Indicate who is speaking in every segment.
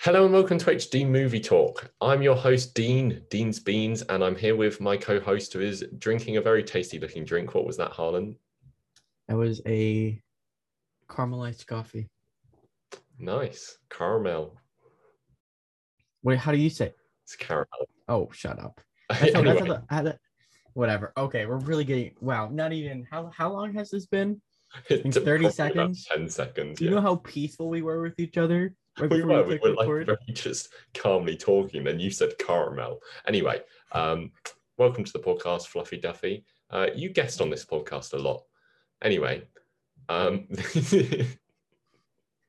Speaker 1: Hello and welcome to HD Movie Talk. I'm your host, Dean, Dean's Beans, and I'm here with my co host who is drinking a very tasty looking drink. What was that, Harlan?
Speaker 2: That was a caramelized coffee.
Speaker 1: Nice. Caramel.
Speaker 2: Wait, how do you say?
Speaker 1: It's caramel.
Speaker 2: Oh, shut up. That's how- that's how the- how the- whatever. Okay, we're really getting wow. Not even how how long has this been?
Speaker 1: It took probably
Speaker 2: 30
Speaker 1: about
Speaker 2: seconds?
Speaker 1: 10 seconds.
Speaker 2: Do you
Speaker 1: yeah.
Speaker 2: know how peaceful we were with each other? right
Speaker 1: we
Speaker 2: before
Speaker 1: were, we
Speaker 2: clicked
Speaker 1: were like
Speaker 2: record?
Speaker 1: very just calmly talking. Then you said caramel. Anyway, um, welcome to the podcast, Fluffy Duffy. Uh, you guest on this podcast a lot. Anyway, um,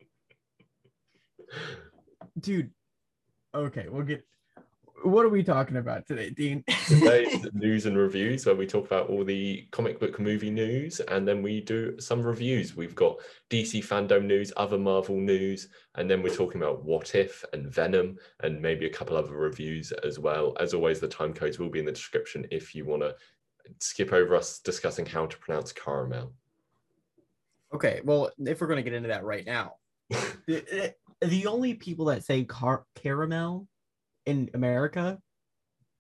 Speaker 2: dude. Okay, we'll get. What are we talking about today, Dean?
Speaker 1: today's news and reviews where we talk about all the comic book movie news and then we do some reviews we've got dc fandom news other marvel news and then we're talking about what if and venom and maybe a couple other reviews as well as always the time codes will be in the description if you want to skip over us discussing how to pronounce caramel
Speaker 2: okay, well, if we're gonna get into that right now, the, eh, the only people that say car- caramel in America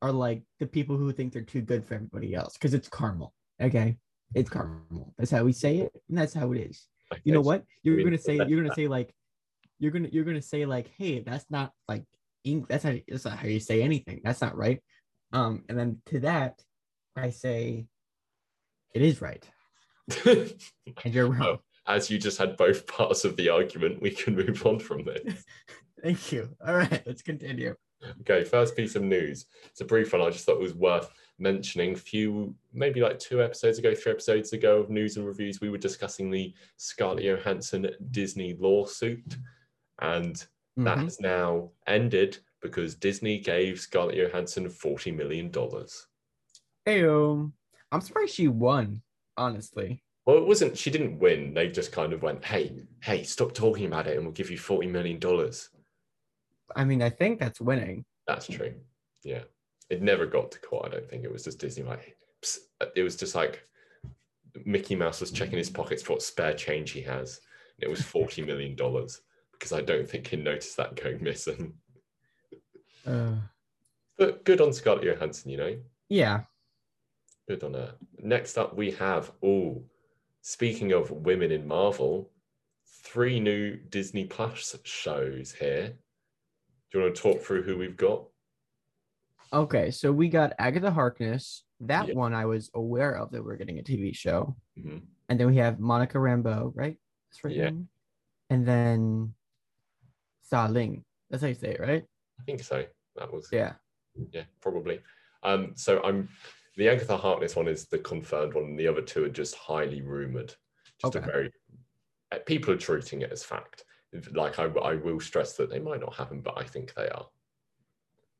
Speaker 2: are like the people who think they're too good for everybody else because it's caramel. Okay, it's caramel. That's how we say it, and that's how it is. You know
Speaker 1: Okay,
Speaker 2: what? You're
Speaker 1: mean
Speaker 2: gonna
Speaker 1: it's
Speaker 2: say
Speaker 1: that-
Speaker 2: you're gonna say like you're gonna you're gonna say like, hey, that's not like Eng- that's how that's not how you say anything. That's not right. Um, and then to that, I say it is right, and you're wrong.
Speaker 1: Oh. as you just had both parts of the argument we can move on from this
Speaker 2: Thank you. All right, let's continue.
Speaker 1: Okay, first piece of news. It's a brief one. I just thought it was worth mentioning. Few, maybe like two episodes ago, three episodes ago of news and reviews, we were discussing the Scarlett Johansson Disney lawsuit, and that
Speaker 2: Mhm.
Speaker 1: has now ended because Disney gave Scarlett Johansson forty million dollars.
Speaker 2: Ayo. I'm surprised she won, honestly.
Speaker 1: Well, it wasn't. She didn't win. They just kind of went, "Hey, hey, stop talking about it, and we'll give you forty million dollars."
Speaker 2: I mean, I think that's winning.
Speaker 1: That's true. Yeah. It never got to court, I don't think. It was just Disney like psst. it was just like Mickey Mouse was checking his pockets for what spare change he has. And it was forty million dollars because I don't think he noticed that going missing.
Speaker 2: Uh,
Speaker 1: But good on Scarlett Johansson, you know.
Speaker 2: yeah.
Speaker 1: Good on her. Next up we have oh speaking of women in Marvel, three new Disney Plus shows here. Do you want to talk through who we've got?
Speaker 2: Okay, so we got Agatha Harkness. That
Speaker 1: Yeah.
Speaker 2: one I was aware of that we're getting a TV show.
Speaker 1: Mhm.
Speaker 2: And then we have Monica Rambeau, right? That's her
Speaker 1: Yeah.
Speaker 2: name? And then Sa Ling. That's how you say it, right?
Speaker 1: I think so. That was
Speaker 2: Yeah.
Speaker 1: yeah, probably. Um, so I'm the Agatha Harkness one is the confirmed one, and the other two are just highly rumored. Just a
Speaker 2: Okay.
Speaker 1: very uh, people are treating it as fact. Like I, I will stress that they might not happen, but I think they are,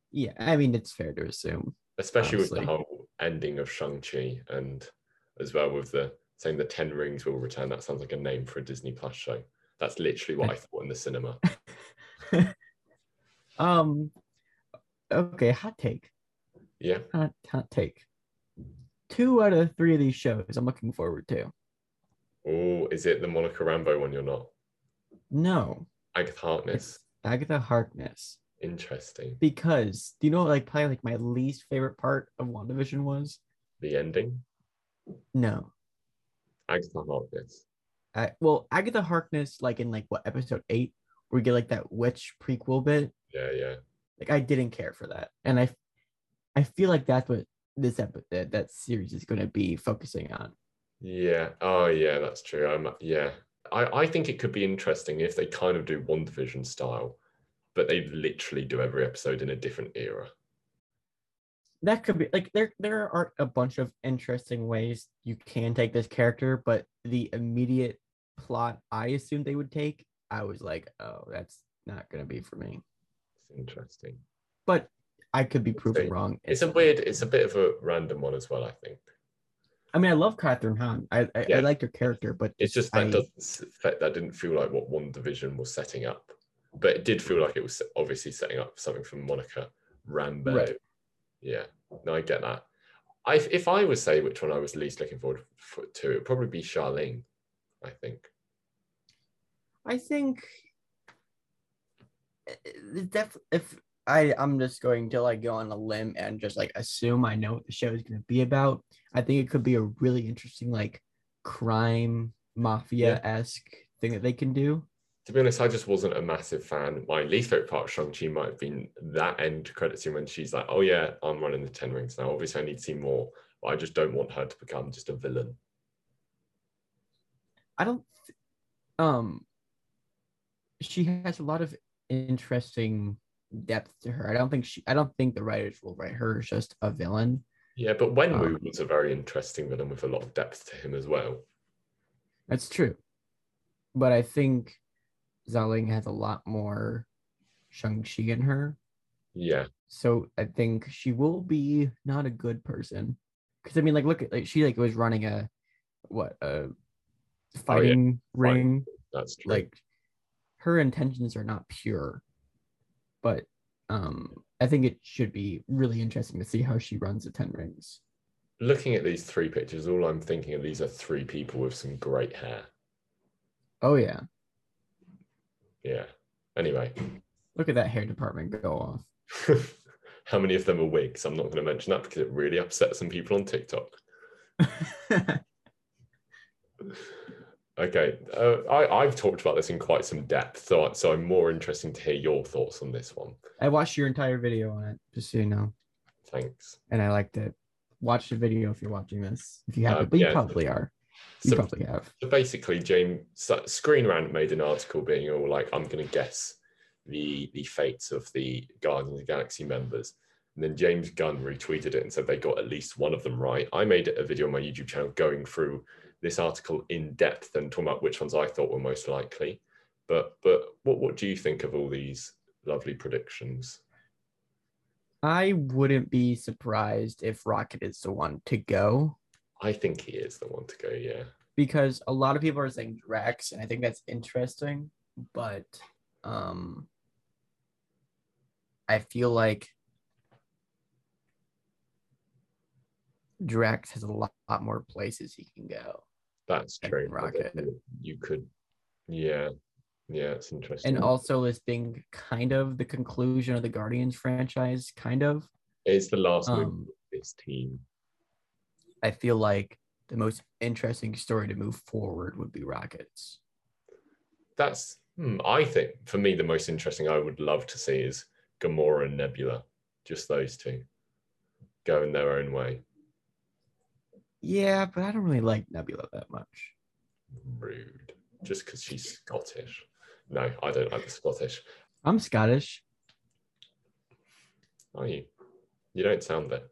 Speaker 2: Yeah. I mean, it's fair to assume.
Speaker 1: especially with the
Speaker 2: Absolutely.
Speaker 1: whole ending of Shang Chi, and as well with the saying the Ten Rings will return. That sounds like a name for a Disney Plus show. That's literally what I thought in the cinema.
Speaker 2: Um okay, hot take.
Speaker 1: Yeah,
Speaker 2: Hot hot take. Two out of three of these shows I'm looking forward to.
Speaker 1: or is it the Monica Rambo one? You're not
Speaker 2: No,
Speaker 1: Agatha Harkness.
Speaker 2: it's Agatha Harkness
Speaker 1: Interesting.
Speaker 2: because do you know like probably like my least favorite part of WandaVision was?
Speaker 1: The ending.
Speaker 2: No.
Speaker 1: Agatha Harkness.
Speaker 2: I, well, Agatha Harkness like in like what episode 8 we get like that witch prequel bit.
Speaker 1: Yeah, yeah.
Speaker 2: Like I didn't care for that. And I I feel like that's what this episode that, that series is going to be focusing on.
Speaker 1: Yeah. Oh, yeah, that's true. I'm, yeah. I, I think it could be interesting if they kind of do one division style, but they literally do every episode in a different era.
Speaker 2: that could be like there there are a bunch of interesting ways you can take this character but the immediate plot i assumed they would take i was like oh that's not gonna be for me
Speaker 1: It's interesting.
Speaker 2: but i could be proven
Speaker 1: Interesting.
Speaker 2: wrong
Speaker 1: It's a weird, it's a bit of a random one as well, I think.
Speaker 2: i mean i love catherine hahn i i,
Speaker 1: Yeah.
Speaker 2: I liked her character but
Speaker 1: It's just that
Speaker 2: I-
Speaker 1: doesn't s- that that didn't feel like what one division was setting up, but it did feel like it was obviously setting up something from Monica Rambo.
Speaker 2: Right.
Speaker 1: Yeah, no, I get that. I, if I was say which one I was least looking forward f- to, it'd probably be Charlene. I think.
Speaker 2: i think it eh, def- if I I'm just going to like go on a limb and just like assume I know what the show is going to be about. I think it could be a really interesting like crime mafia esque thing that they can do.
Speaker 1: To be honest, I just wasn't a massive fan. My least favorite part of Shang-Chi might have been that end credit scene when she's like, oh yeah, I'm running the Ten Rings now. Obviously, I need to see more, but I just don't want her to become just a villain.
Speaker 2: I don't. th- um. She has a lot of interesting depth to her. I don't think she. I don't think the writers will write her as just a villain.
Speaker 1: Yeah, but Wenwu
Speaker 2: Um,
Speaker 1: was a very interesting villain with a lot of depth to him as well.
Speaker 2: That's true. But I think Zhaoling has a lot more Shang-Chi in her.
Speaker 1: Yeah,
Speaker 2: So I think she will be not a good person. Because I mean, like, look at like she like was running a what a fighting ring.
Speaker 1: that's true.
Speaker 2: Like her intentions are not pure. But um I think it should be really interesting to see how she runs the Ten Rings.
Speaker 1: looking at these three pictures, all I'm thinking of these are three people with some great hair.
Speaker 2: Oh yeah.
Speaker 1: Yeah. Anyway,
Speaker 2: Look at that hair department go off.
Speaker 1: how many of them are wigs? I'm not going to mention that because it really upset some people on TikTok. Okay, uh, I, I've talked about this in quite some depth, so, I- so I'm more interested to hear your thoughts on this one.
Speaker 2: I watched your entire video on it, just so you know.
Speaker 1: Thanks.
Speaker 2: and I liked it. Watch the video if you're watching this. If you haven't,
Speaker 1: Uh,
Speaker 2: but you
Speaker 1: yeah.
Speaker 2: probably are. You
Speaker 1: So,
Speaker 2: probably have.
Speaker 1: so basically, James so Screen Rant made an article being all like, "I'm going to guess the the fates of the Guardians of the Galaxy members," and then James Gunn retweeted it and said they got at least one of them right. I made a video on my YouTube channel going through this article in depth and talking about which ones I thought were most likely. But but what what do you think of all these lovely predictions?
Speaker 2: I wouldn't be surprised if Rocket is the one to go
Speaker 1: I think he is the one to go. Yeah.
Speaker 2: because a lot of people are saying Drax, and I think that's interesting. But um, I feel like Drax has a lot, lot more places he can go.
Speaker 1: That's
Speaker 2: Like
Speaker 1: true. but
Speaker 2: Rocket.
Speaker 1: then You could, yeah, yeah, it's interesting.
Speaker 2: And also, this being kind of the conclusion of the Guardians franchise, kind of.
Speaker 1: it's the last move
Speaker 2: Um,
Speaker 1: of this team.
Speaker 2: I feel like the most interesting story to move forward would be Rockets.
Speaker 1: That's, hmm, I think, for me, the most interesting I would love to see is Gamora and Nebula, just those two, go in their own way.
Speaker 2: Yeah, but I don't really like Nebula that much.
Speaker 1: Rude, just because she's Scottish. No, I don't like the Scottish.
Speaker 2: I'm Scottish.
Speaker 1: Are you? You don't sound it.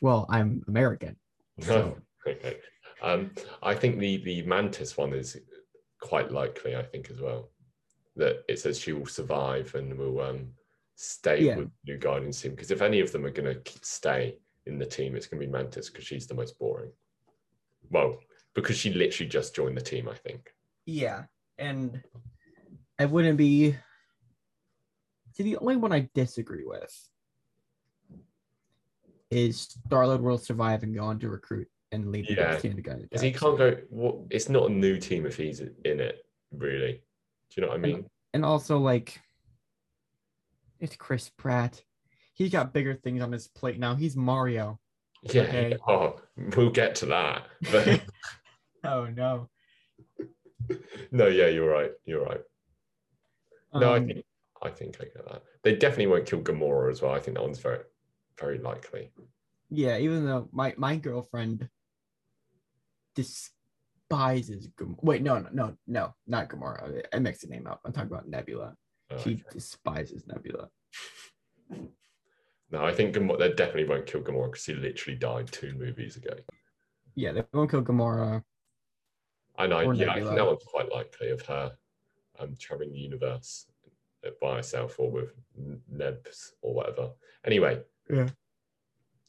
Speaker 2: Well, I'm American. So
Speaker 1: okay. Um, I think the the mantis one is quite likely. I think as well that it says she will survive and will um stay
Speaker 2: Yeah.
Speaker 1: with New Guardians team because if any of them are going to stay in the team, it's going to be Mantis because she's the most boring. Well, because she literally just joined the team, I think.
Speaker 2: yeah, and I wouldn't be. See, the only one I disagree with is Star Lord will survive and go on to recruit and lead the
Speaker 1: Yeah.
Speaker 2: next team to go.
Speaker 1: Because he can't go. Well, it's not a new team if he's in it, really. Do you know what I mean?
Speaker 2: and also like it's Chris Pratt. He's got bigger things on his plate now. He's Mario.
Speaker 1: Yeah.
Speaker 2: Okay.
Speaker 1: Oh, we'll get to that. But
Speaker 2: Oh no.
Speaker 1: no, yeah, you're right. You're right. No, I
Speaker 2: Um,
Speaker 1: think I think I get that. They definitely won't kill Gamora as well. I think that one's very, very likely.
Speaker 2: yeah, even though my my girlfriend despises Gam- wait, no, no, no, no, not Gamora. I mixed the name up. I'm talking about Nebula.
Speaker 1: Uh,
Speaker 2: She despises Nebula.
Speaker 1: no, I think Gamora, they definitely won't kill Gamora because he literally died two movies ago.
Speaker 2: Yeah, they won't kill Gamora.
Speaker 1: And I,
Speaker 2: Or
Speaker 1: yeah, I think that
Speaker 2: Nebula.
Speaker 1: one's quite likely of her um, traveling the universe uh, by herself or with N- Nebs or whatever. Anyway,
Speaker 2: Yeah.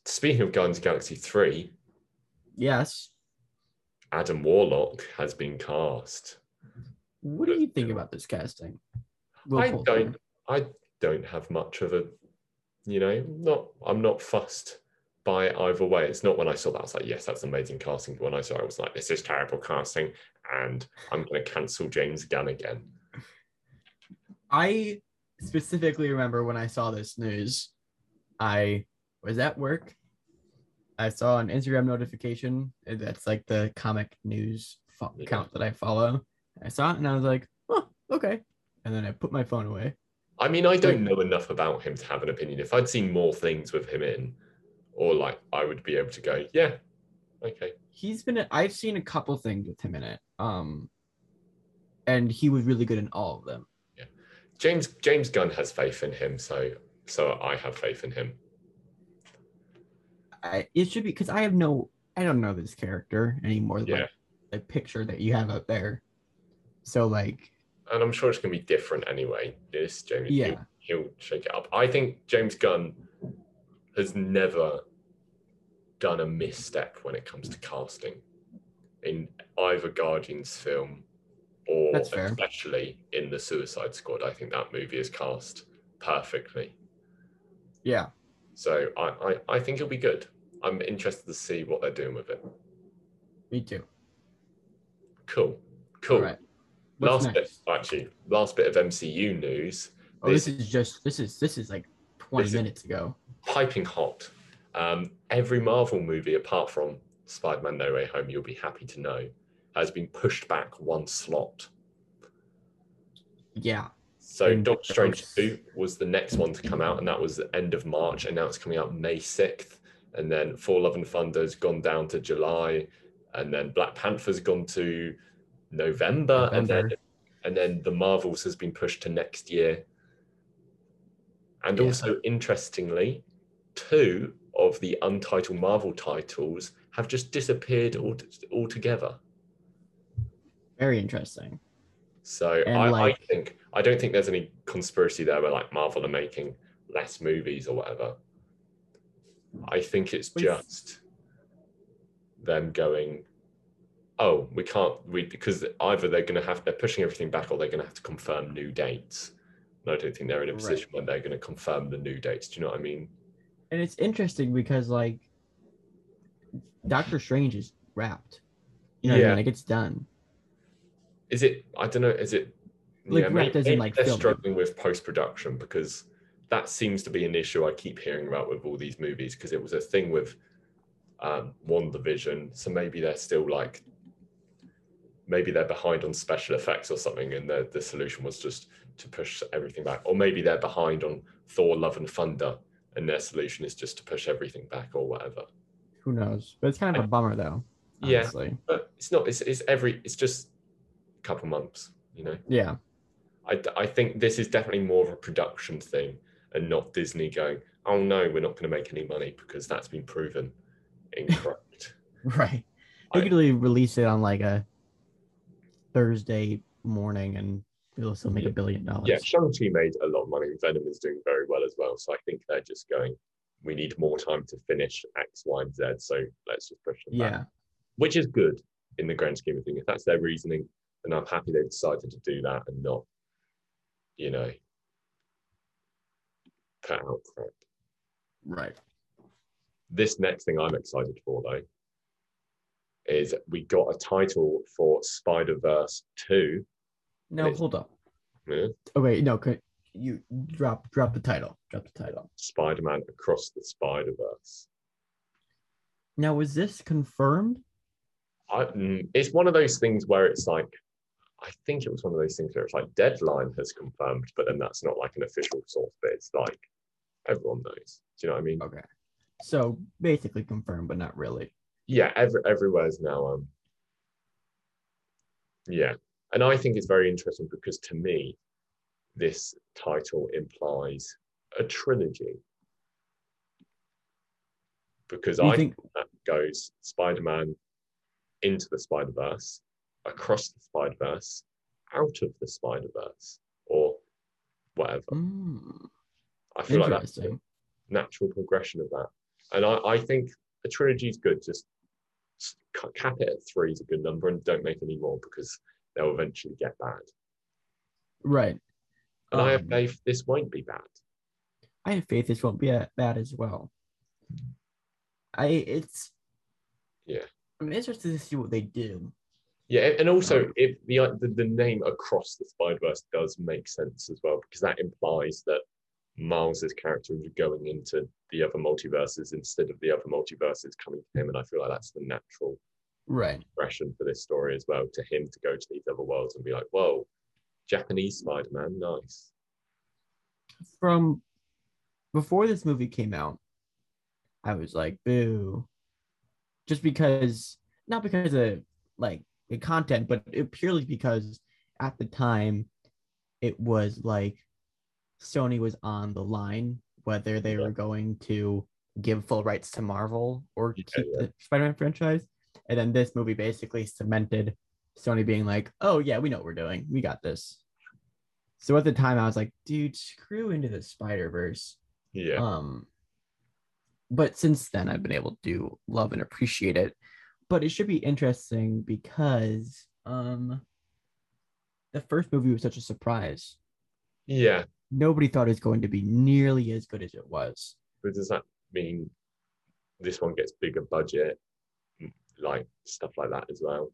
Speaker 1: Speaking of Guardians of the Galaxy three,
Speaker 2: Yes.
Speaker 1: Adam Warlock has been cast.
Speaker 2: What do you think about this casting? Will
Speaker 1: I
Speaker 2: Poulter.
Speaker 1: don't. I don't have much of a, you know, not. I'm not fussed by it either way. It's not when I saw that I was like, yes, that's amazing casting. But when I saw it, I was like, this is terrible casting, and I'm going to cancel James Gunn again.
Speaker 2: I specifically remember when I saw this news, I was at work. I saw an Instagram notification. and That's like the comic news fo-
Speaker 1: Yeah.
Speaker 2: count that I follow. I saw it and I was like, oh, okay. And then I put my phone away.
Speaker 1: I mean, I don't know enough about him to have an opinion. If I'd seen more things with him in, or like, I would be able to go, yeah, okay.
Speaker 2: He's been, in- I've seen a couple things with him in it. Um, and he was really good in all of them.
Speaker 1: James James Gunn has faith in him, so so I have faith in him.
Speaker 2: I, it should be because I have no, I don't know this character anymore. than,
Speaker 1: Yeah.
Speaker 2: Like the picture that you have up there. So like,
Speaker 1: and I'm sure it's going to be different anyway. This James,
Speaker 2: Yeah.
Speaker 1: he'll, he'll shake it up. I think James Gunn has never done a misstep when it comes to casting in either Guardians film or
Speaker 2: That's fair.
Speaker 1: especially in the Suicide Squad. I think that movie is cast perfectly.
Speaker 2: yeah,
Speaker 1: So I, I, I think it'll be good. I'm interested to see what they're doing with it.
Speaker 2: me too.
Speaker 1: Cool. Cool.
Speaker 2: All right. What's
Speaker 1: last
Speaker 2: next?
Speaker 1: bit, actually, last bit of MCU news.
Speaker 2: Oh, this is just this is this is like 20
Speaker 1: This is-
Speaker 2: minutes ago.
Speaker 1: piping hot. Um, every Marvel movie, apart from Spider Man No Way Home, you'll be happy to know, has been pushed back one slot.
Speaker 2: Yeah.
Speaker 1: So
Speaker 2: Mm,
Speaker 1: Doctor Strange
Speaker 2: that's-
Speaker 1: 2 was the next one to come out, and that was the end of March, and now it's coming out May 6th. And then For Love and Thunder's gone down to July, and then Black Panther's gone to November, and then
Speaker 2: November.
Speaker 1: and then the Marvels has been pushed to next year. And
Speaker 2: Yeah.
Speaker 1: also interestingly, two of the untitled Marvel titles have just disappeared al- altogether.
Speaker 2: Very interesting.
Speaker 1: So
Speaker 2: And,
Speaker 1: I,
Speaker 2: like-
Speaker 1: I think I don't think there's any conspiracy there where like Marvel are making less movies or whatever. I think it's
Speaker 2: But it's-
Speaker 1: just them going, oh, we can't we because either they're gonna have they're pushing everything back or they're gonna have to confirm new dates. And I don't think they're in a
Speaker 2: Right.
Speaker 1: position where they're gonna confirm the new dates. Do you know what I mean?
Speaker 2: And it's interesting because like Doctor Strange is wrapped. You know what I
Speaker 1: Yeah.
Speaker 2: mean? Like it's done.
Speaker 1: Is it I don't know, is it
Speaker 2: Like,
Speaker 1: yeah,
Speaker 2: right,
Speaker 1: maybe,
Speaker 2: as in,
Speaker 1: maybe
Speaker 2: like,
Speaker 1: they're
Speaker 2: filming.
Speaker 1: struggling with post production because that seems to be an issue I keep hearing about with all these movies because it was a thing with um, WandaVision. So maybe they're still like, maybe they're behind on special effects or something, and the, the solution was just to push everything back. Or maybe they're behind on Thor, Love, and Thunder, and their solution is just to push everything back or whatever.
Speaker 2: Who knows? But it's kind of a bummer though.
Speaker 1: Yeah.
Speaker 2: Honestly.
Speaker 1: But it's not, it's, it's every, it's just a couple months, you know?
Speaker 2: Yeah.
Speaker 1: I, I think this is definitely more of a production thing and not Disney going, oh no, we're not going to make any money because that's been proven incorrect.
Speaker 2: Right. They
Speaker 1: I-
Speaker 2: could really release it on like a Thursday morning and it'll still make a
Speaker 1: Yeah.
Speaker 2: billion dollars.
Speaker 1: yeah, Shang-Chi made a lot of money. Venom is doing very well as well. So I think they're just going, we need more time to finish X, Y, and Z. So let's just push them back.
Speaker 2: Yeah.
Speaker 1: Which is good in the grand scheme of things. If that's their reasoning, then I'm happy they've decided to do that and not, you know, put out crap.
Speaker 2: Right.
Speaker 1: this next thing I'm excited for though is we got a title for Spider Verse Two.
Speaker 2: Now
Speaker 1: It's-
Speaker 2: hold up.
Speaker 1: Yeah?
Speaker 2: Okay, no, could you drop drop the title. Drop the title.
Speaker 1: Spider Man Across the Spider Verse.
Speaker 2: Now was this confirmed?
Speaker 1: mm, It's one of those things where it's like, I think it was one of those things where it's like Deadline has confirmed, but then that's not like an official source, but it's like everyone knows. Do you know what I mean?
Speaker 2: Okay. So basically confirmed, but not really.
Speaker 1: yeah, every, everywhere's now. Um, yeah, and I think it's very interesting because to me, this title implies a trilogy. Because
Speaker 2: Do you
Speaker 1: I
Speaker 2: think
Speaker 1: that goes Spider Man into the Spider Verse, across the Spider Verse, out of the Spider Verse, or whatever.
Speaker 2: Mm,
Speaker 1: I feel like that's
Speaker 2: interesting.
Speaker 1: natural progression of that. And I, I think a trilogy is good. Just s- ca- cap it at three is a good number, and don't make any more because they'll eventually get bad.
Speaker 2: Right.
Speaker 1: And I have
Speaker 2: Um,
Speaker 1: faith this won't be bad.
Speaker 2: I have faith this won't be a- bad as well. I it's
Speaker 1: Yeah.
Speaker 2: I'm interested to see what they do
Speaker 1: Yeah, and also if the, uh, the the name across the Spider Verse does make sense as well, because that implies that Miles's character is going into the other multiverses instead of the other multiverses coming to him, and I feel like that's the natural
Speaker 2: Right.
Speaker 1: progression for this story as well, to him to go to these other worlds and be like, "Whoa, Japanese Spider Man, nice."
Speaker 2: From before this movie came out, I was like, boo. Just because, not because of like the content, but it purely because at the time it was like Sony was on the line whether they
Speaker 1: Yeah.
Speaker 2: were going to give full rights to Marvel or
Speaker 1: Yeah,
Speaker 2: keep
Speaker 1: yeah.
Speaker 2: the Spider Man franchise. And then this movie basically cemented Sony being like, oh, yeah, we know what we're doing. We got this. So at the time, I was like, dude, screw into the Spider Verse.
Speaker 1: Yeah,
Speaker 2: Um, but since then, I've been able to love and appreciate it. But it should be interesting because um, the first movie was such a surprise.
Speaker 1: yeah.
Speaker 2: Nobody thought it was going to be nearly as good as it was.
Speaker 1: But does that mean this one gets bigger budget, m- like stuff like that as well?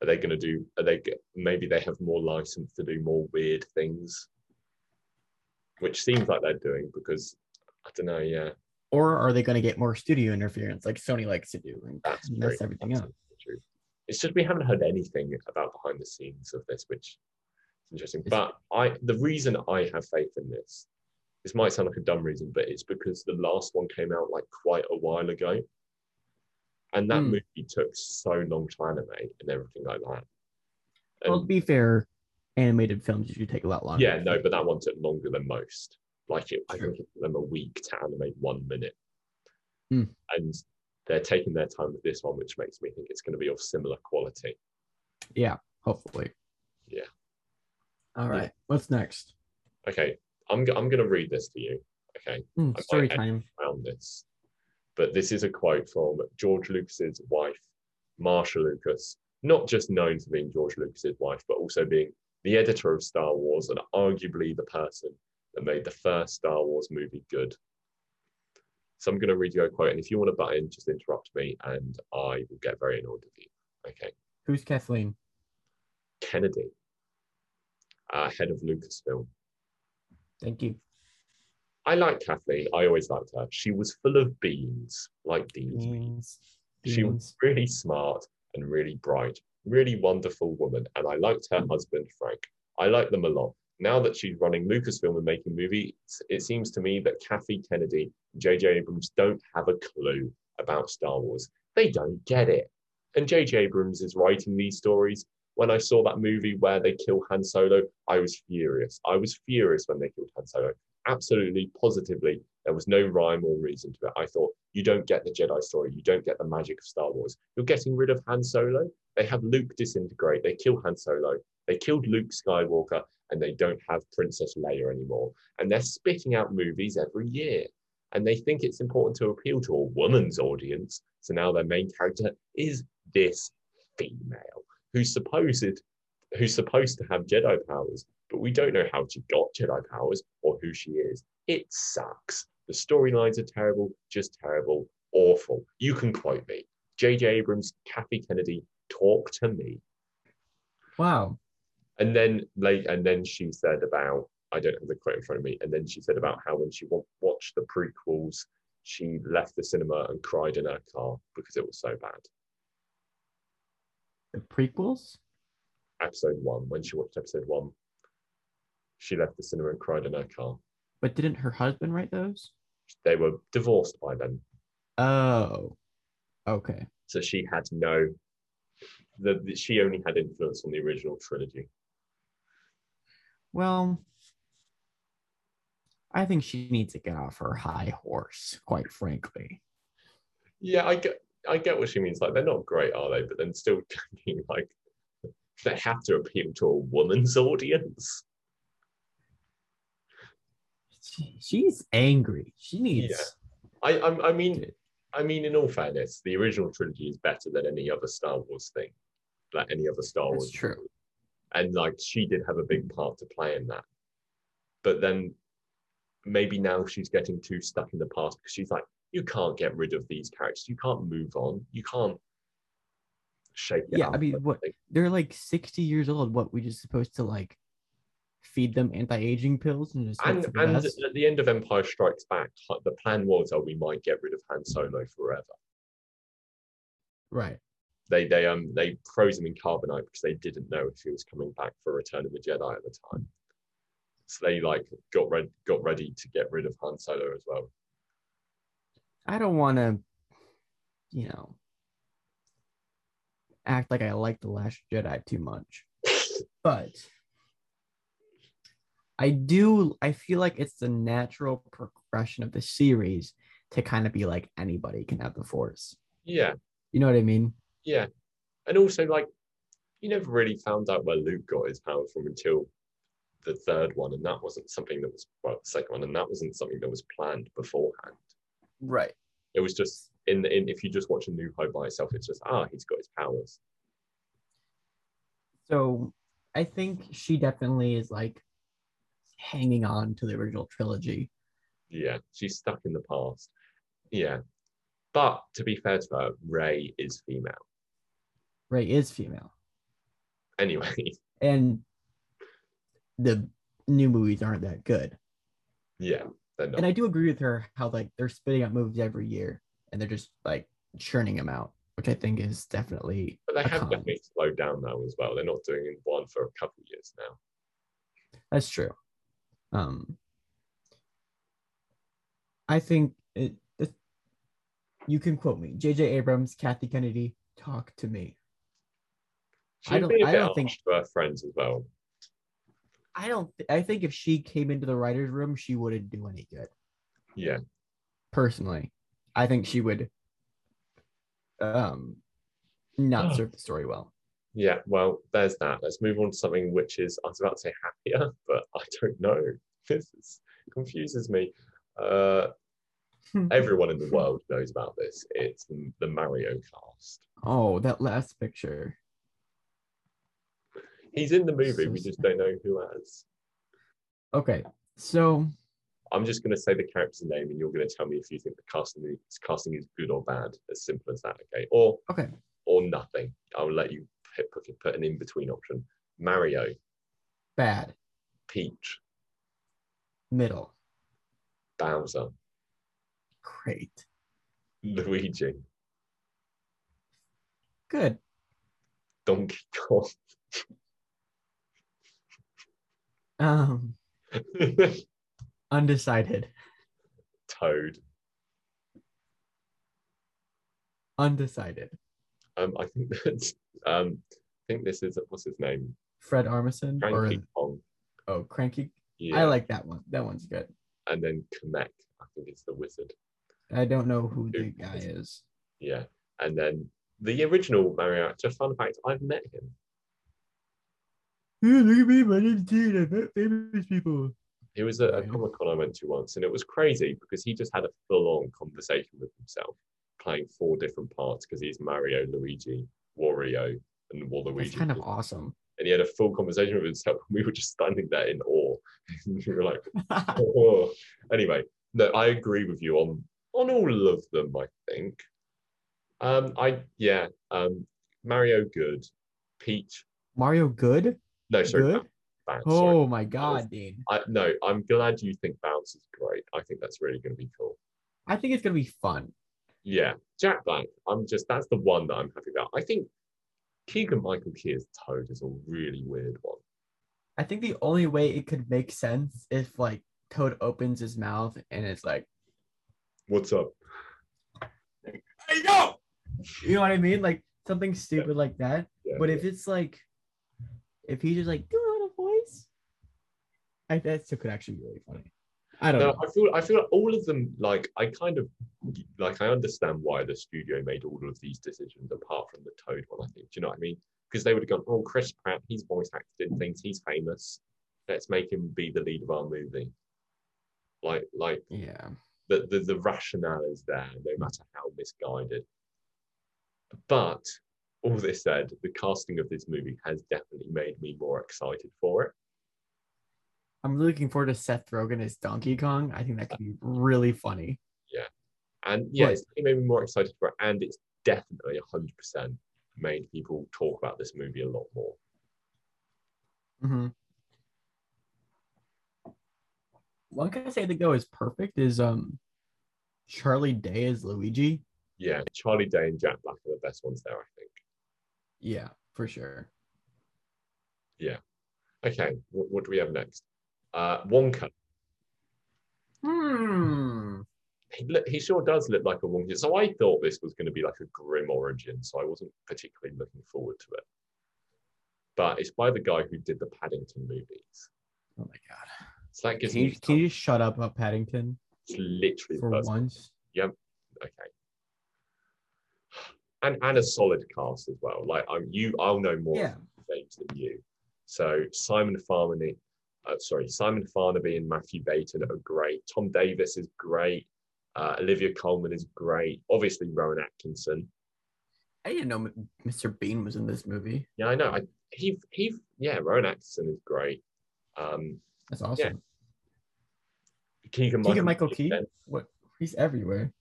Speaker 1: Are they going to do? Are they g- maybe they have more license to do more weird things, which seems like they're doing because I don't know. Yeah,
Speaker 2: Or are they going to get more studio interference like Sony likes to do and
Speaker 1: that's very-
Speaker 2: mess everything
Speaker 1: that's
Speaker 2: up?
Speaker 1: true. It's just we haven't heard anything about behind the scenes of this, which is interesting.
Speaker 2: It's-
Speaker 1: But I, the reason I have faith in this, this might sound like a dumb reason, but it's because the last one came out like quite a while ago, and that
Speaker 2: Hmm.
Speaker 1: movie took so long to animate and everything like that. And
Speaker 2: well, to be fair, animated films usually take a lot longer.
Speaker 1: yeah, no, but that one took longer than most. Like it, I
Speaker 2: True.
Speaker 1: think it took them a week to animate one minute,
Speaker 2: Hmm.
Speaker 1: and they're taking their time with this one, which makes me think it's going to be of similar quality.
Speaker 2: hopefully.
Speaker 1: Yeah.
Speaker 2: All right. What's next?
Speaker 1: okay i'm, go- I'm going to read this to you okay
Speaker 2: Hmm,
Speaker 1: I
Speaker 2: story
Speaker 1: might-
Speaker 2: time.
Speaker 1: found this but this is a quote from george lucas's wife marsha lucas not just known for being george lucas's wife but also being the editor of star wars and arguably the person that made the first star wars movie good so i'm going to read you a quote and if you want to butt in just interrupt me and i will get very annoyed with you okay
Speaker 2: Who's Kathleen?
Speaker 1: kennedy uh, head of lucasfilm
Speaker 2: Thank you.
Speaker 1: I liked Kathleen. I always liked her. She was full of beans, like beans.
Speaker 2: Mm. Beans.
Speaker 1: She
Speaker 2: Mm.
Speaker 1: was really smart and really bright, really wonderful woman. And I liked her husband, Frank. I like them a lot. Now that she's running Lucasfilm and making movies, it seems to me that Kathy Kennedy and J.J. Abrams don't have a clue about Star Wars. They don't get it. And J.J. Abrams is writing these stories. When I saw that movie where they kill Han Solo, I was furious. I was furious when they killed Han Solo. Absolutely, positively, there was no rhyme or reason to it. I thought, you don't get the Jedi story. You don't get the magic of Star Wars. You're getting rid of Han Solo. They have Luke disintegrate. They kill Han Solo. They killed Luke Skywalker, and they don't have Princess Leia anymore. And they're spitting out movies every year. And they think it's important to appeal to a woman's audience. So now their main character is this female who's supposed who's supposed to have Jedi powers, but we don't know how she got Jedi powers or who she is. It sucks. The storylines are terrible, just terrible, awful. You can quote me. J.J. Abrams, Kathy Kennedy, talk to me.
Speaker 2: Wow.
Speaker 1: And then like, and then she said about I don't have the quote in front of me. And then she said about how when she wa- watched the prequels, she left the cinema and cried in her car because it was so bad.
Speaker 2: The prequels?
Speaker 1: Episode one, when she watched episode one, she left the cinema and cried in her car.
Speaker 2: But didn't her husband write those?
Speaker 1: They were divorced by then,
Speaker 2: Oh. Okay.
Speaker 1: so she had no. The, the- she only had influence on the original trilogy.
Speaker 2: Well, I think she needs to get off her high horse, quite frankly.
Speaker 1: Yeah, I get I get what she means. Like they're not great, are they? But then still being like they have to appeal to a woman's audience.
Speaker 2: She- She's angry. She needs
Speaker 1: I I, I mean
Speaker 2: to-
Speaker 1: I mean in all fairness, the original trilogy is better than any other Star Wars thing. Like any other Star
Speaker 2: That's
Speaker 1: Wars.
Speaker 2: true.
Speaker 1: movie. And like she did have a big part to play in that. But then maybe now she's getting too stuck in the past because she's like, you can't get rid of these characters. You can't move on. You can't shake it
Speaker 2: Yeah, I
Speaker 1: up,
Speaker 2: mean, what-
Speaker 1: think.
Speaker 2: They're like 60 years old. What we just supposed to like feed them anti-aging pills and just hope
Speaker 1: And,
Speaker 2: for the
Speaker 1: and at
Speaker 2: best?
Speaker 1: the end of Empire Strikes Back, like, the plan was, oh, we might get rid of Han Solo forever.
Speaker 2: right.
Speaker 1: They they um they froze him in carbonite because they didn't know if he was coming back for Return of the Jedi at the time. So they like got red got ready to get rid of Han Solo as well.
Speaker 2: I don't want to, you know, act like I like The Last Jedi too much, but I do, I feel like it's the natural progression of the series to kind of be like anybody can have the Force.
Speaker 1: Yeah,
Speaker 2: You know what I mean?
Speaker 1: yeah, and also like you never really found out where Luke got his power from until the third one, and that wasn't something that was well the second one, and that wasn't something that was planned beforehand.
Speaker 2: Right.
Speaker 1: It was just in the in if you just watch a New Hope by itself, it's just ah he's got his powers.
Speaker 2: So I think she definitely is like hanging on to the original trilogy.
Speaker 1: Yeah, she's stuck in the past. Yeah. But to be fair to her, Ray is female.
Speaker 2: Ray is female.
Speaker 1: Anyway,
Speaker 2: And the new movies aren't that good.
Speaker 1: yeah, they're
Speaker 2: and
Speaker 1: not.
Speaker 2: I do agree with her how like they're spitting out movies every year and they're just like churning them out, which I think is definitely
Speaker 1: but they
Speaker 2: a
Speaker 1: have
Speaker 2: con.
Speaker 1: definitely slowed down now as well. They're not doing one for a couple of years now.
Speaker 2: that's true. Um, I think it, it. You can quote me, J.J. Abrams, Kathy Kennedy, talk to me. I
Speaker 1: She'd
Speaker 2: don't-
Speaker 1: be a
Speaker 2: I
Speaker 1: bit
Speaker 2: don't think-
Speaker 1: harsh to her friends as well.
Speaker 2: I don't. Th- I think if she came into the writers' room, she wouldn't do any good.
Speaker 1: Yeah.
Speaker 2: Personally, I think she would. Um, not
Speaker 1: Oh.
Speaker 2: serve the story well.
Speaker 1: Yeah, well, there's that. Let's move on to something which is, I was about to say happier, but I don't know. This is, confuses me. Uh, everyone in the world knows about this. It's the Mario cast.
Speaker 2: Oh, that last picture.
Speaker 1: He's in the movie,
Speaker 2: So
Speaker 1: we just don't know who has.
Speaker 2: Okay, so
Speaker 1: I'm just going to say the character's name, and you're going to tell me if you think the casting is, casting is good or bad. As simple as that, okay? Or
Speaker 2: okay,
Speaker 1: or nothing. I'll let you put, put- put an in between option. Mario,
Speaker 2: bad,
Speaker 1: Peach,
Speaker 2: middle,
Speaker 1: Bowser,
Speaker 2: great,
Speaker 1: Luigi,
Speaker 2: good.
Speaker 1: Donkey Kong.
Speaker 2: Um, undecided,
Speaker 1: Toad.
Speaker 2: undecided.
Speaker 1: Um, I think that's. Um, I think this is what's his name.
Speaker 2: Fred Armisen or
Speaker 1: Cranky Kong.
Speaker 2: oh, cranky.
Speaker 1: Yeah.
Speaker 2: I like that one. That one's good.
Speaker 1: and then Kamek. I think it's the wizard.
Speaker 2: I don't know who the
Speaker 1: Who
Speaker 2: guy
Speaker 1: is-
Speaker 2: is.
Speaker 1: Yeah. And then the original Mario. Just fun fact: I've met him.
Speaker 2: Hey, look at me. My name's Dean. I met famous people.
Speaker 1: He was at a
Speaker 2: Right.
Speaker 1: Comic Con I went to once, and it was crazy because he just had a full on conversation with himself, playing four different parts because he's Mario, Luigi, Wario, and
Speaker 2: That's
Speaker 1: Waluigi.
Speaker 2: kind of awesome.
Speaker 1: And he had a full conversation with himself. And we were just standing there in awe. we were like, oh. Anyway, no, I agree with you on on all of them. I think. Um, I yeah. Um, Mario good, Peach.
Speaker 2: Mario, good,
Speaker 1: No, sorry,
Speaker 2: good.
Speaker 1: Bounce, sorry.
Speaker 2: Oh my God, Dean.
Speaker 1: I, no, I'm glad you think Bounce is great. I think that's really going to be cool.
Speaker 2: I think it's gonna be fun.
Speaker 1: Yeah, Jack Black. I'm just that's the one that I'm happy about. I think Keegan Michael Key as Toad is a really weird one.
Speaker 2: I think the only way it could make sense if like Toad opens his mouth and it's like,
Speaker 1: What's up?
Speaker 2: I know. You know what I mean? Like something stupid like that.
Speaker 1: Yeah,
Speaker 2: But if it's like, if he's just like doing a voice, I that still could actually be really funny. I don't
Speaker 1: no,
Speaker 2: know.
Speaker 1: I feel I feel all of them like I kind of like I understand why the studio made all of these decisions apart from the Toad one. I think. Do you know what I mean? Because they would have gone, oh, Chris Pratt, he's voice acted in things, he's famous. Let's make him be the lead of our movie. Like, like
Speaker 2: Yeah.
Speaker 1: the, the, the rationale is there, no matter how misguided. But all this said, the casting of this movie has definitely made me more excited for it.
Speaker 2: I'm looking forward to Seth Rogen as Donkey Kong. I think that could be really funny.
Speaker 1: And yeah,
Speaker 2: Right.
Speaker 1: it's definitely made me more excited for it. And it's definitely 100% made people talk about this movie a lot more.
Speaker 2: Mm-hmm. One guy I say that though is perfect is um Charlie Day as Luigi.
Speaker 1: Yeah, Charlie Day and Jack Black are the best ones there, I think.
Speaker 2: Yeah, for sure.
Speaker 1: Okay, what, what do we have next? Uh, Wonka.
Speaker 2: Hmm.
Speaker 1: He, look, he sure does look like a Wonka. So I thought this was going to be like a grim origin, so I wasn't particularly looking forward to it. But it's by the guy who did the Paddington movies.
Speaker 2: Oh my god.
Speaker 1: So that gives
Speaker 2: Can you,
Speaker 1: me
Speaker 2: can you just shut up about Paddington
Speaker 1: it's literally
Speaker 2: for
Speaker 1: the first
Speaker 2: once?
Speaker 1: okay. And and a solid cast as well. Like I'm you, I'll know more
Speaker 2: Yeah.
Speaker 1: names than you. So Simon Farney, uh, sorry, Simon Farnaby and Matthew Baton are great. Tom Davis is great. Uh, Olivia Coleman is great. Obviously Rowan Atkinson.
Speaker 2: I didn't know M- Mr. Bean was in this movie.
Speaker 1: Yeah, I know. I, he he yeah, Rowan Atkinson is great. Um,
Speaker 2: That's awesome.
Speaker 1: Keegan
Speaker 2: Keegan Michael Key.
Speaker 1: Ben-
Speaker 2: What? He's everywhere.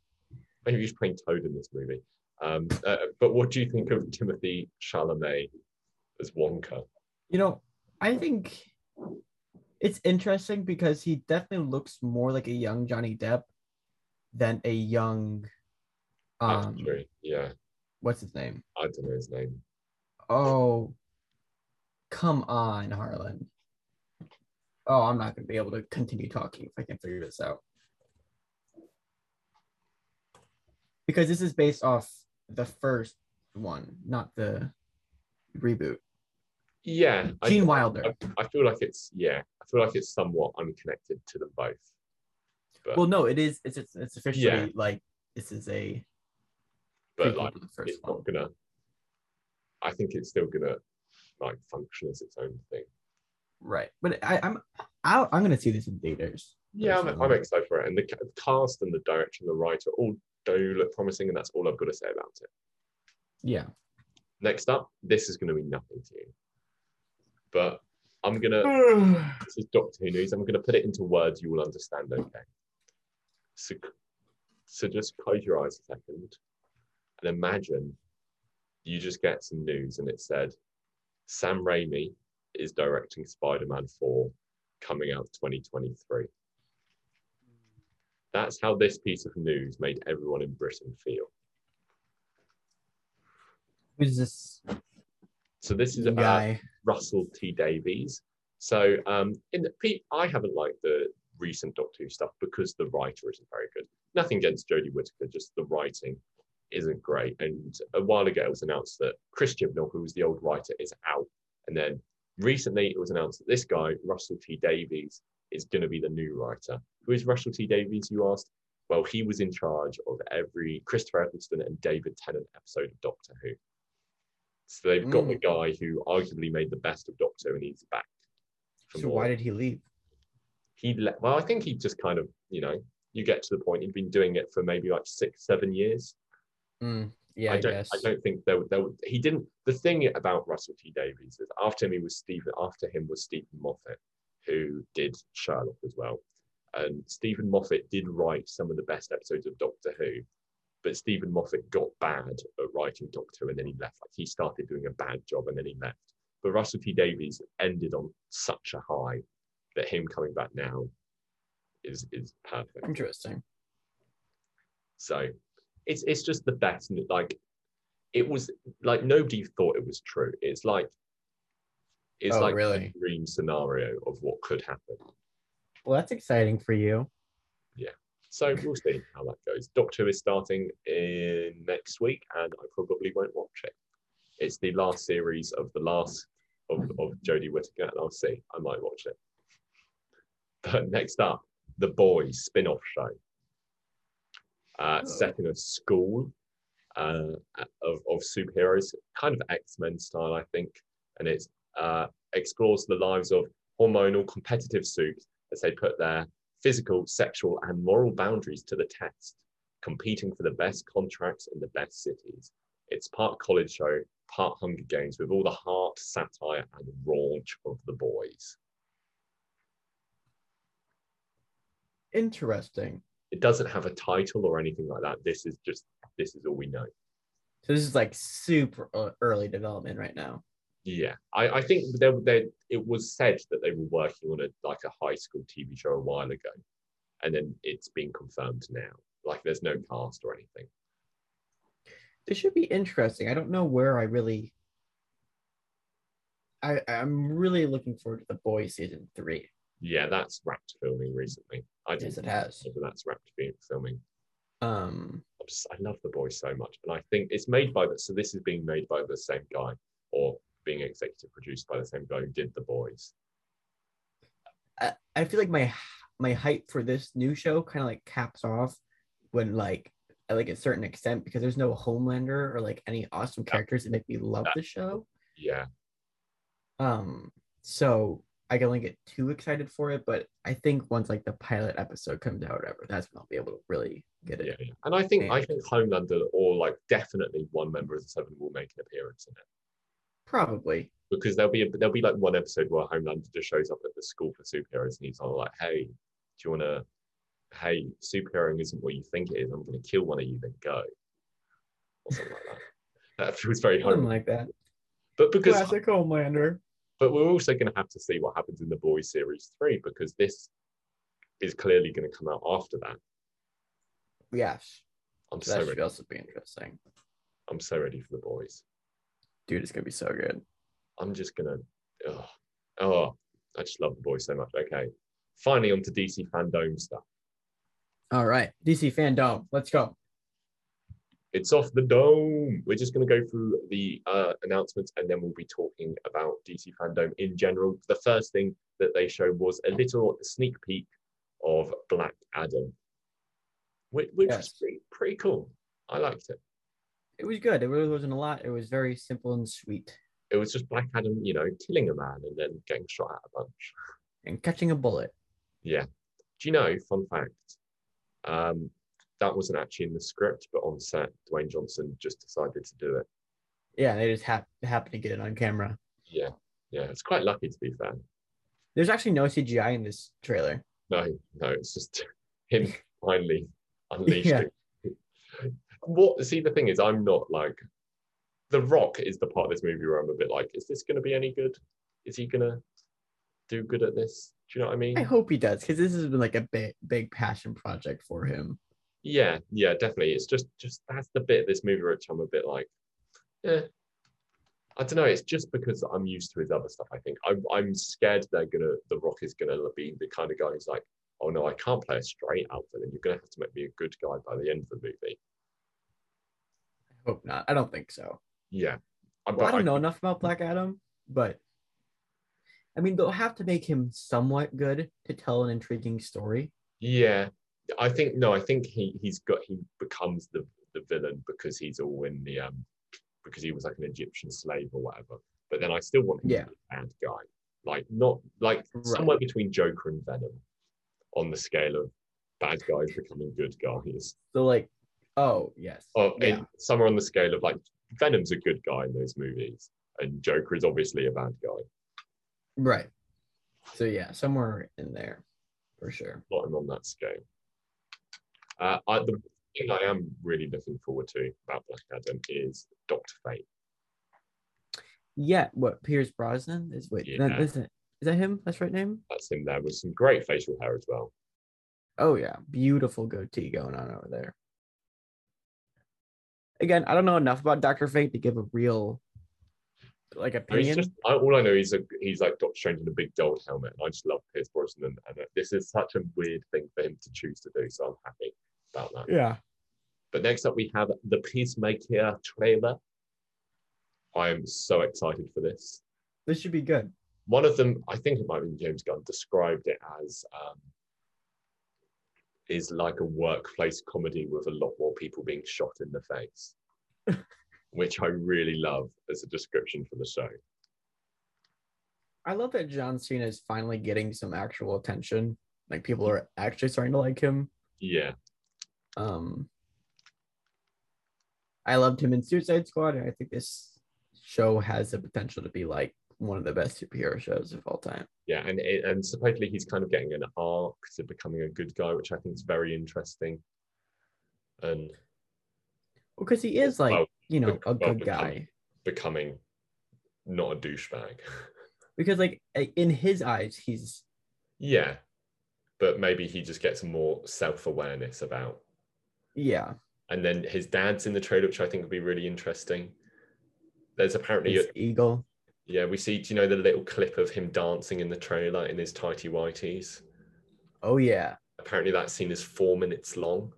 Speaker 1: Maybe he's playing Toad in this movie. Um, uh, but what do you think of Timothy Chalamet as Wonka?
Speaker 2: You know, I think it's interesting because he definitely looks more like a young Johnny Depp than a young
Speaker 1: That's
Speaker 2: um
Speaker 1: true. Yeah,
Speaker 2: what's his name?
Speaker 1: I don't know his name.
Speaker 2: Oh, come on, Harlan. Oh, I'm not gonna be able to continue talking if I can figure this out. Because this is based off the first one, not the reboot.
Speaker 1: Yeah, I,
Speaker 2: Gene Wilder.
Speaker 1: I feel like it's yeah, I feel like it's somewhat unconnected to them both. But,
Speaker 2: well, no, it is. It's it's, it's officially
Speaker 1: Yeah.
Speaker 2: like this is a
Speaker 1: but
Speaker 2: prequel
Speaker 1: like
Speaker 2: to the first
Speaker 1: it's
Speaker 2: one.
Speaker 1: not gonna. I think it's still gonna like function as its own thing.
Speaker 2: right? But I, I'm I, I'm gonna see this in theaters.
Speaker 1: Yeah, I'm, I'm
Speaker 2: personally.
Speaker 1: excited for it, and the ca- cast and the director and the writer all do look promising, and that's all I've got to say about it.
Speaker 2: yeah.
Speaker 1: Next up, this is going to be nothing to you, but I'm gonna.
Speaker 2: Hmm.
Speaker 1: this is Doctor Who news. I'm going to put it into words you will understand, okay? So, so just close your eyes a second and imagine you just get some news and it said Sam Raimi is directing Spider Man 4 coming out 2023. That's how this piece of news made everyone in Britain feel.
Speaker 2: Who's this
Speaker 1: So, this is about
Speaker 2: guy?
Speaker 1: Russell T Davies. So um, in the, pe- I haven't liked the recent Doctor Who stuff because the writer isn't very good. Nothing against Jodie Whittaker, just the writing isn't great. And a while ago, it was announced that Chris Chibnall, who was the old writer, is out. And then recently, it was announced that this guy, Russell T Davies, is going to be the new writer. Who is Russell T Davies? You asked. Well, he was in charge of every Christopher Eccleston and David Tennant episode of Doctor Who. So they've got the guy who arguably made the best of Doctor, and he's back. for
Speaker 2: So
Speaker 1: more.
Speaker 2: why did he leave?
Speaker 1: he? Le- well, I think he just kind of, you know, you get to the point. He'd been doing it for maybe like six, seven years.
Speaker 2: Mm, yeah,
Speaker 1: I don't.
Speaker 2: guess.
Speaker 1: I don't think there. There. He didn't. The thing about Russell T Davies is after him he was Stephen. After him was Stephen Moffat, who did Sherlock as well. And Stephen Moffat did write some of the best episodes of Doctor Who, but Stephen Moffat got bad at writing Doctor Who, and then he left. Like he started doing a bad job, and then he left. But Russell T Davies ended on such a high that him coming back now is is perfect.
Speaker 2: Interesting.
Speaker 1: So it's it's just the best. And like it was like nobody thought it was true. It's like it's
Speaker 2: Oh,
Speaker 1: like
Speaker 2: really?
Speaker 1: the dream scenario of what could happen.
Speaker 2: Well, that's exciting for you.
Speaker 1: So we'll see how that goes. Doctor Who is starting in next week, and I probably won't watch it. It's the last series of the last of, of Jodie Whittaker, and I'll see. I might watch it. But next up, The Boys spin-off show, uh,
Speaker 2: Oh.
Speaker 1: set in a school uh, of, of superheroes, kind of X-Men style, I think, and it uh, explores the lives of hormonal competitive suits as they put their physical, sexual, and moral boundaries to the test, competing for the best contracts in the best cities. It's part college show, part Hunger Games, with all the heart, satire, and raunch of the boys.
Speaker 2: Interesting.
Speaker 1: It doesn't have a title or anything like that. This is just this is all we know.
Speaker 2: So this is like super uh, early development right now.
Speaker 1: Yeah, I, I think they, they, it was said that they were working on a like a high school TV show a while ago, and then it's been confirmed now. Like there's no cast or anything.
Speaker 2: This should be interesting. I don't know where I really. I I'm really looking forward to the boy season three.
Speaker 1: Yeah, that's wrapped filming recently. I
Speaker 2: Yes,
Speaker 1: didn't
Speaker 2: it has.
Speaker 1: know that's wrapped fi- filming.
Speaker 2: Um,
Speaker 1: I, just, I love the boys so much, and I think it's made by the so this is being made by the same guy or being executive produced by the same guy who did the boys.
Speaker 2: I, I feel like my my hype for this new show kind of like caps off when like at like a certain extent because there's no Homelander or like any awesome characters that make me love the show.
Speaker 1: Yeah,
Speaker 2: Um, so I can only get too excited for it, but I think once like the pilot episode comes out, or whatever, that's when I'll be able to really get it.
Speaker 1: yeah, yeah. and I think I
Speaker 2: Yeah.
Speaker 1: think Homelander or like definitely one member of the Seven will make an appearance in it.
Speaker 2: Probably.
Speaker 1: because there'll be a, there'll be like one episode where Homelander just shows up at the school for superheroes and he's all like, "Hey, do you want to? Hey, superheroing isn't what you think it is. I'm going to kill one of you, then go." Or something like that. That feels very
Speaker 2: Something
Speaker 1: Homelander.
Speaker 2: like that.
Speaker 1: But because
Speaker 2: Classic Homelander.
Speaker 1: but we're also going to have to see what happens in the boys series three because this is clearly going to come out after that.
Speaker 2: Yes.
Speaker 1: I'm
Speaker 2: So that
Speaker 1: so
Speaker 2: should
Speaker 1: ready.
Speaker 2: also be interesting.
Speaker 1: I'm so ready for the boys.
Speaker 2: Dude, it's gonna be so good.
Speaker 1: I'm just gonna. Oh, oh I just love the boys so much. Okay, finally on to DC fandom stuff.
Speaker 2: All right. DC fandom. Let's go.
Speaker 1: It's off the dome. We're just going to go through the uh, announcements and then we'll be talking about DC fandom in general. The first thing that they showed was a little sneak peek of Black Adam, which, which was
Speaker 2: Yes.
Speaker 1: pretty, pretty cool. I liked it.
Speaker 2: It was good. It really wasn't a lot. It was very simple and sweet.
Speaker 1: It was just Black Adam, you know, killing a man and then getting shot at a bunch.
Speaker 2: And catching a bullet.
Speaker 1: Yeah. Do you know, fun fact, um, that wasn't actually in the script, but on set, Dwayne Johnson just decided to do it.
Speaker 2: Yeah, they just hap- happen to get it on camera.
Speaker 1: Yeah. Yeah. It's quite lucky to be fair.
Speaker 2: There's actually no CGI in this trailer.
Speaker 1: No, no, it's just him finally unleashing.
Speaker 2: Yeah.
Speaker 1: What see the thing is, I'm not like The Rock is the part of this movie where I'm a bit like, is this gonna be any good? Is he gonna do good at this? Do you know what I mean?
Speaker 2: I hope he does because this has been like a big, big passion project for him.
Speaker 1: Yeah, yeah, definitely. It's just just that's the bit of this movie which I'm a bit like, eh. I don't know. It's just because I'm used to his other stuff. I think I'm I'm scared they're gonna the Rock is gonna be the kind of guy who's like, oh no, I can't play a straight outfit, and you're gonna have to make me a good guy by the end of the movie.
Speaker 2: I hope not. I don't think so.
Speaker 1: Yeah, I,
Speaker 2: Well, I don't know enough about Black Adam, but I mean, they'll have to make him somewhat good to tell an intriguing story.
Speaker 1: Yeah, I think no, I think he he's got he becomes the the villain because he's all in the um because he was like an Egyptian slave or whatever. But then I still want him
Speaker 2: Yeah.
Speaker 1: to be a bad guy, like not like somewhere between Joker and Venom on the scale of bad guys becoming good guys.
Speaker 2: So, like, oh, yes.
Speaker 1: Or
Speaker 2: yeah.
Speaker 1: in, somewhere on the scale of like Venom's a good guy in those movies, and Joker is obviously a bad guy.
Speaker 2: Right. So, yeah, somewhere in there for sure.
Speaker 1: not him on that scale. Uh, I, the thing I am really looking forward to about Black Adam is Doctor Fate.
Speaker 2: Yeah. What? Pierce Brosnan is wait.
Speaker 1: Yeah.
Speaker 2: That, isn't, is that him? That's right name?
Speaker 1: That's him there with some great facial hair as well.
Speaker 2: Oh yeah, beautiful goatee going on over there. Again, I don't know enough about Doctor Fate to give a real like
Speaker 1: I mean, he's
Speaker 2: opinion.
Speaker 1: just, I, all I know is a, he's like Doctor Strange in a big gold helmet, and I just love Pierce Brosnan. And, and this is such a weird thing for him to choose to do, so I'm happy about that.
Speaker 2: yeah.
Speaker 1: But next up, we have the Peacemaker trailer. I am so excited for this.
Speaker 2: This should be good.
Speaker 1: one of them, I think it might be James Gunn, described it as um, is like a workplace comedy with a lot more people being shot in the face, which I really love as a description for the show.
Speaker 2: I love that John Cena is finally getting some actual attention. Like people are actually starting to like him.
Speaker 1: Yeah,
Speaker 2: Um I loved him in Suicide Squad, and I think this show has the potential to be like one of the best superhero shows of all time.
Speaker 1: yeah, and it- and supposedly he's kind of getting an arc to becoming a good guy, which I think is very interesting. And
Speaker 2: Because he is like
Speaker 1: Well,
Speaker 2: you know, a
Speaker 1: Well,
Speaker 2: good
Speaker 1: become-
Speaker 2: guy.
Speaker 1: becoming not a douchebag.
Speaker 2: Because like i- in his eyes, he's
Speaker 1: yeah. But maybe he just gets more self awareness about.
Speaker 2: yeah.
Speaker 1: And then his dad's in the trailer, which I think would be really interesting. There's apparently, a,
Speaker 2: He's eagle.
Speaker 1: yeah, we see, do you know the little clip of him dancing in the trailer in his tighty whities?
Speaker 2: Oh yeah.
Speaker 1: Apparently, that scene is four minutes long.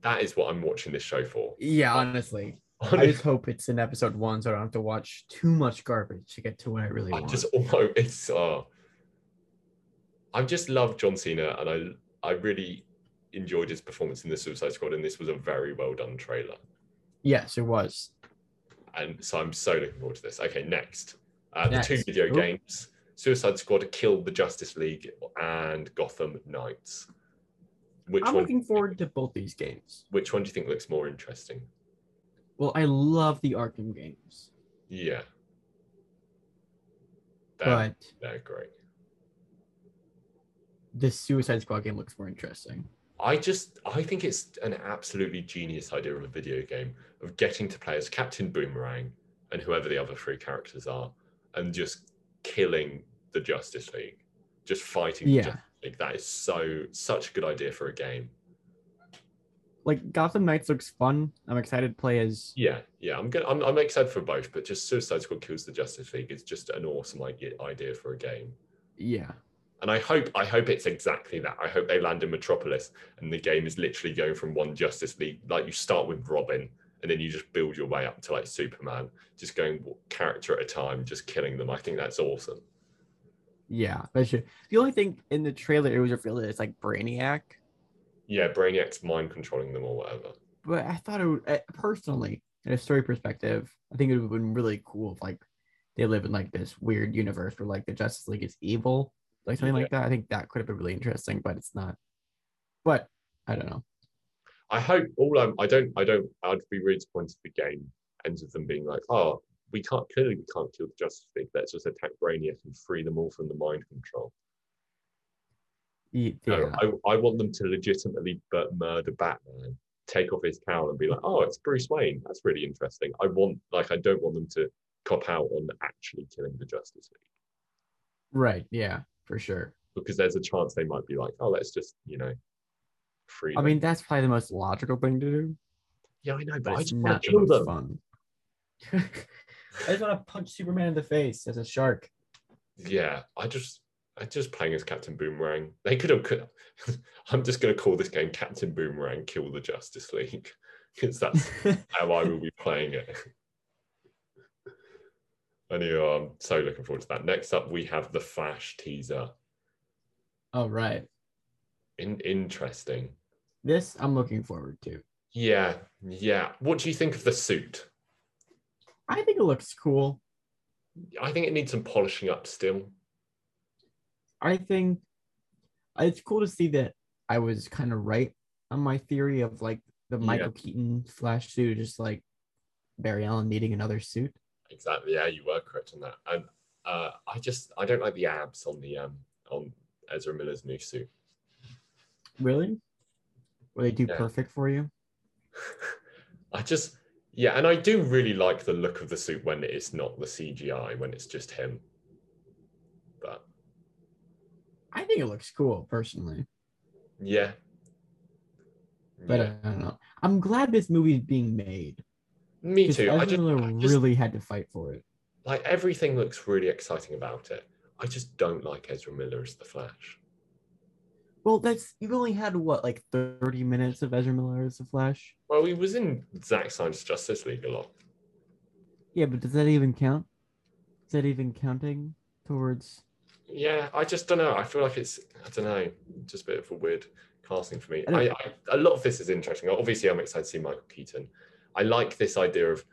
Speaker 1: That is what I'm watching this show for.
Speaker 2: Yeah, honestly. I
Speaker 1: Honestly,
Speaker 2: just hope it's in episode one so I don't have to watch too much garbage to get to what I really
Speaker 1: I
Speaker 2: want.
Speaker 1: just almost it's uh I just love John Cena and I I really enjoyed his performance in the Suicide Squad and this was a very well done trailer.
Speaker 2: Yes, it was.
Speaker 1: And so I'm so looking forward to this. Okay, next. Uh, the two
Speaker 2: Next.
Speaker 1: video
Speaker 2: Ooh.
Speaker 1: games. Suicide Squad killed the Justice League and Gotham Knights. Which
Speaker 2: I'm
Speaker 1: one
Speaker 2: looking forward to both these games.
Speaker 1: which one do you think looks more interesting?
Speaker 2: Well, I love the Arkham games,
Speaker 1: Yeah. They're,
Speaker 2: but
Speaker 1: they're great.
Speaker 2: the Suicide Squad game looks more interesting.
Speaker 1: I just I think it's an absolutely genius idea of a video game of getting to play as Captain Boomerang and whoever the other three characters are and just killing the Justice League. Just fighting the
Speaker 2: Yeah.
Speaker 1: Justice League. That is so such a good idea for a game.
Speaker 2: Like Gotham Knights looks fun. I'm excited to play as
Speaker 1: Yeah, yeah. I'm good. I'm, I'm excited for both, but just Suicide Squad kills the Justice League is just an awesome idea, idea for a game.
Speaker 2: yeah.
Speaker 1: And I hope I hope it's exactly that. I hope they land in Metropolis and the game is literally going from one Justice League. Like you start with Robin and then you just build your way up to like Superman, just going w- character at a time, just killing them. I think that's awesome.
Speaker 2: Yeah, that should. The only thing in the trailer it was revealed that it's like Brainiac,
Speaker 1: Yeah, Brainiac's mind controlling them or whatever.
Speaker 2: but I thought it would, I- personally, in a story perspective, I think it would have been really cool if like they live in like this weird universe where like the Justice League is evil, like something
Speaker 1: Yeah.
Speaker 2: like that. I think that could have been really interesting, but it's not. But I don't know.
Speaker 1: I hope all I'm, I don't I don't I'd be really disappointed if the game ends with them being like, oh, we can't clearly we can't kill the Justice League. Let's just attack Brainiac and free them all from the mind control.
Speaker 2: Ye- Yeah,
Speaker 1: No, I, I want them to legitimately but murder Batman, take off his cowl and be like, oh, it's Bruce Wayne. That's really interesting. I want, like, I don't want them to cop out on actually killing the Justice League
Speaker 2: right. Yeah, for sure.
Speaker 1: because there's a chance they might be like, oh, let's just, you know, free.
Speaker 2: I
Speaker 1: them.
Speaker 2: mean, that's probably the most logical thing to do,
Speaker 1: yeah, I know, but,
Speaker 2: but
Speaker 1: I
Speaker 2: it's
Speaker 1: just want
Speaker 2: not
Speaker 1: to
Speaker 2: the
Speaker 1: kill
Speaker 2: most
Speaker 1: them.
Speaker 2: fun. I just want to punch Superman in the face as a shark.
Speaker 1: Yeah, I just. I just playing as Captain Boomerang. They could have. Could, I'm just going to call this game Captain Boomerang Kill the Justice League because that's how I will be playing it. Anyway, I'm so looking forward to that. Next up, we have the Flash teaser.
Speaker 2: All Oh, right.
Speaker 1: In- interesting.
Speaker 2: This I'm looking forward to.
Speaker 1: Yeah, yeah. What do you think of the suit?
Speaker 2: I think it looks cool.
Speaker 1: I think it needs some polishing up still.
Speaker 2: I think uh, it's cool to see that I was kind of right on my theory of like the
Speaker 1: Yeah.
Speaker 2: Michael Keaton Flash suit, just like Barry Allen needing another suit.
Speaker 1: Exactly. Yeah, you were correct on that. And uh, I just I don't like the abs on the um on Ezra Miller's new suit.
Speaker 2: Really? Were they too
Speaker 1: Yeah.
Speaker 2: perfect for you?
Speaker 1: I just yeah, and I do really like the look of the suit when it's not the CGI, when it's just him. But
Speaker 2: I think it looks cool personally,
Speaker 1: yeah.
Speaker 2: but uh, I don't know. I'm glad this movie is being made.
Speaker 1: Me
Speaker 2: because
Speaker 1: too. I
Speaker 2: Ezra
Speaker 1: just,
Speaker 2: Miller
Speaker 1: I just-
Speaker 2: really had to fight for it.
Speaker 1: like everything looks really exciting about it. I just don't like Ezra Miller as the Flash.
Speaker 2: Well, that's you've only had what like 30 minutes of Ezra Miller as the Flash.
Speaker 1: Well, he was in Zack Snyder's Justice League a lot.
Speaker 2: Yeah, but does that even count? Is that even counting towards?
Speaker 1: Yeah, I just don't know. I feel like it's I don't know, just a bit of a weird casting for me.
Speaker 2: I
Speaker 1: I,
Speaker 2: don't-
Speaker 1: I, a lot of this is interesting. Obviously, I'm excited to see Michael Keaton. I like this idea of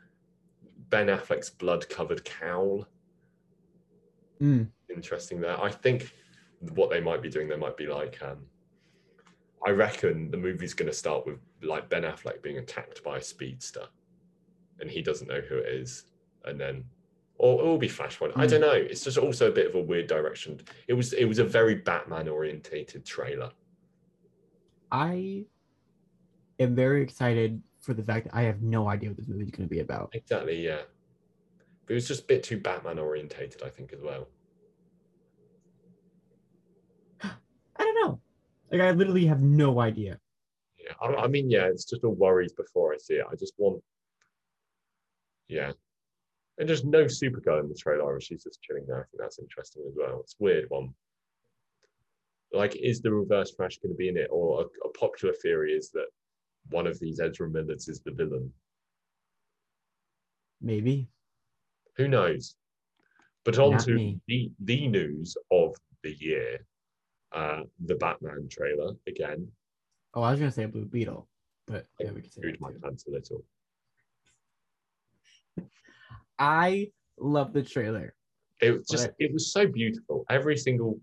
Speaker 1: Ben Affleck's blood-covered cowl.
Speaker 2: Mm.
Speaker 1: interesting there. I think what they might be doing, they might be like, um, I reckon the movie's going to start with like Ben Affleck being attacked by a speedster, and he doesn't know who it is, and then, or it will be Flashpoint. I
Speaker 2: Hmm.
Speaker 1: don't know. It's just also a bit of a weird direction. It was it was a very Batman orientated trailer.
Speaker 2: I am very excited for the fact that I have no idea what this movie is going to be about.
Speaker 1: Exactly, yeah. But it was just a bit too Batman orientated, I think, as well.
Speaker 2: I don't know. Like I literally have no idea.
Speaker 1: Yeah, I, I mean, yeah, it's just all worries before I see it. I just want, yeah, and there's no Supergirl in the trailer. and She's just chilling there. I think that's interesting as well. It's a weird one. Like, is the Reverse Flash going to be in it, or a, a popular theory is that one of these Ezra Millers is the villain?
Speaker 2: Maybe.
Speaker 1: Who knows? But
Speaker 2: Not
Speaker 1: on to
Speaker 2: me.
Speaker 1: the, the news of the year, uh, the Batman trailer again.
Speaker 2: Oh, I was gonna say Blue Beetle, but yeah, we can say
Speaker 1: Screwed
Speaker 2: that
Speaker 1: my
Speaker 2: too.
Speaker 1: pants a little.
Speaker 2: I love the trailer.
Speaker 1: It was just
Speaker 2: Right.
Speaker 1: it was so beautiful. Every single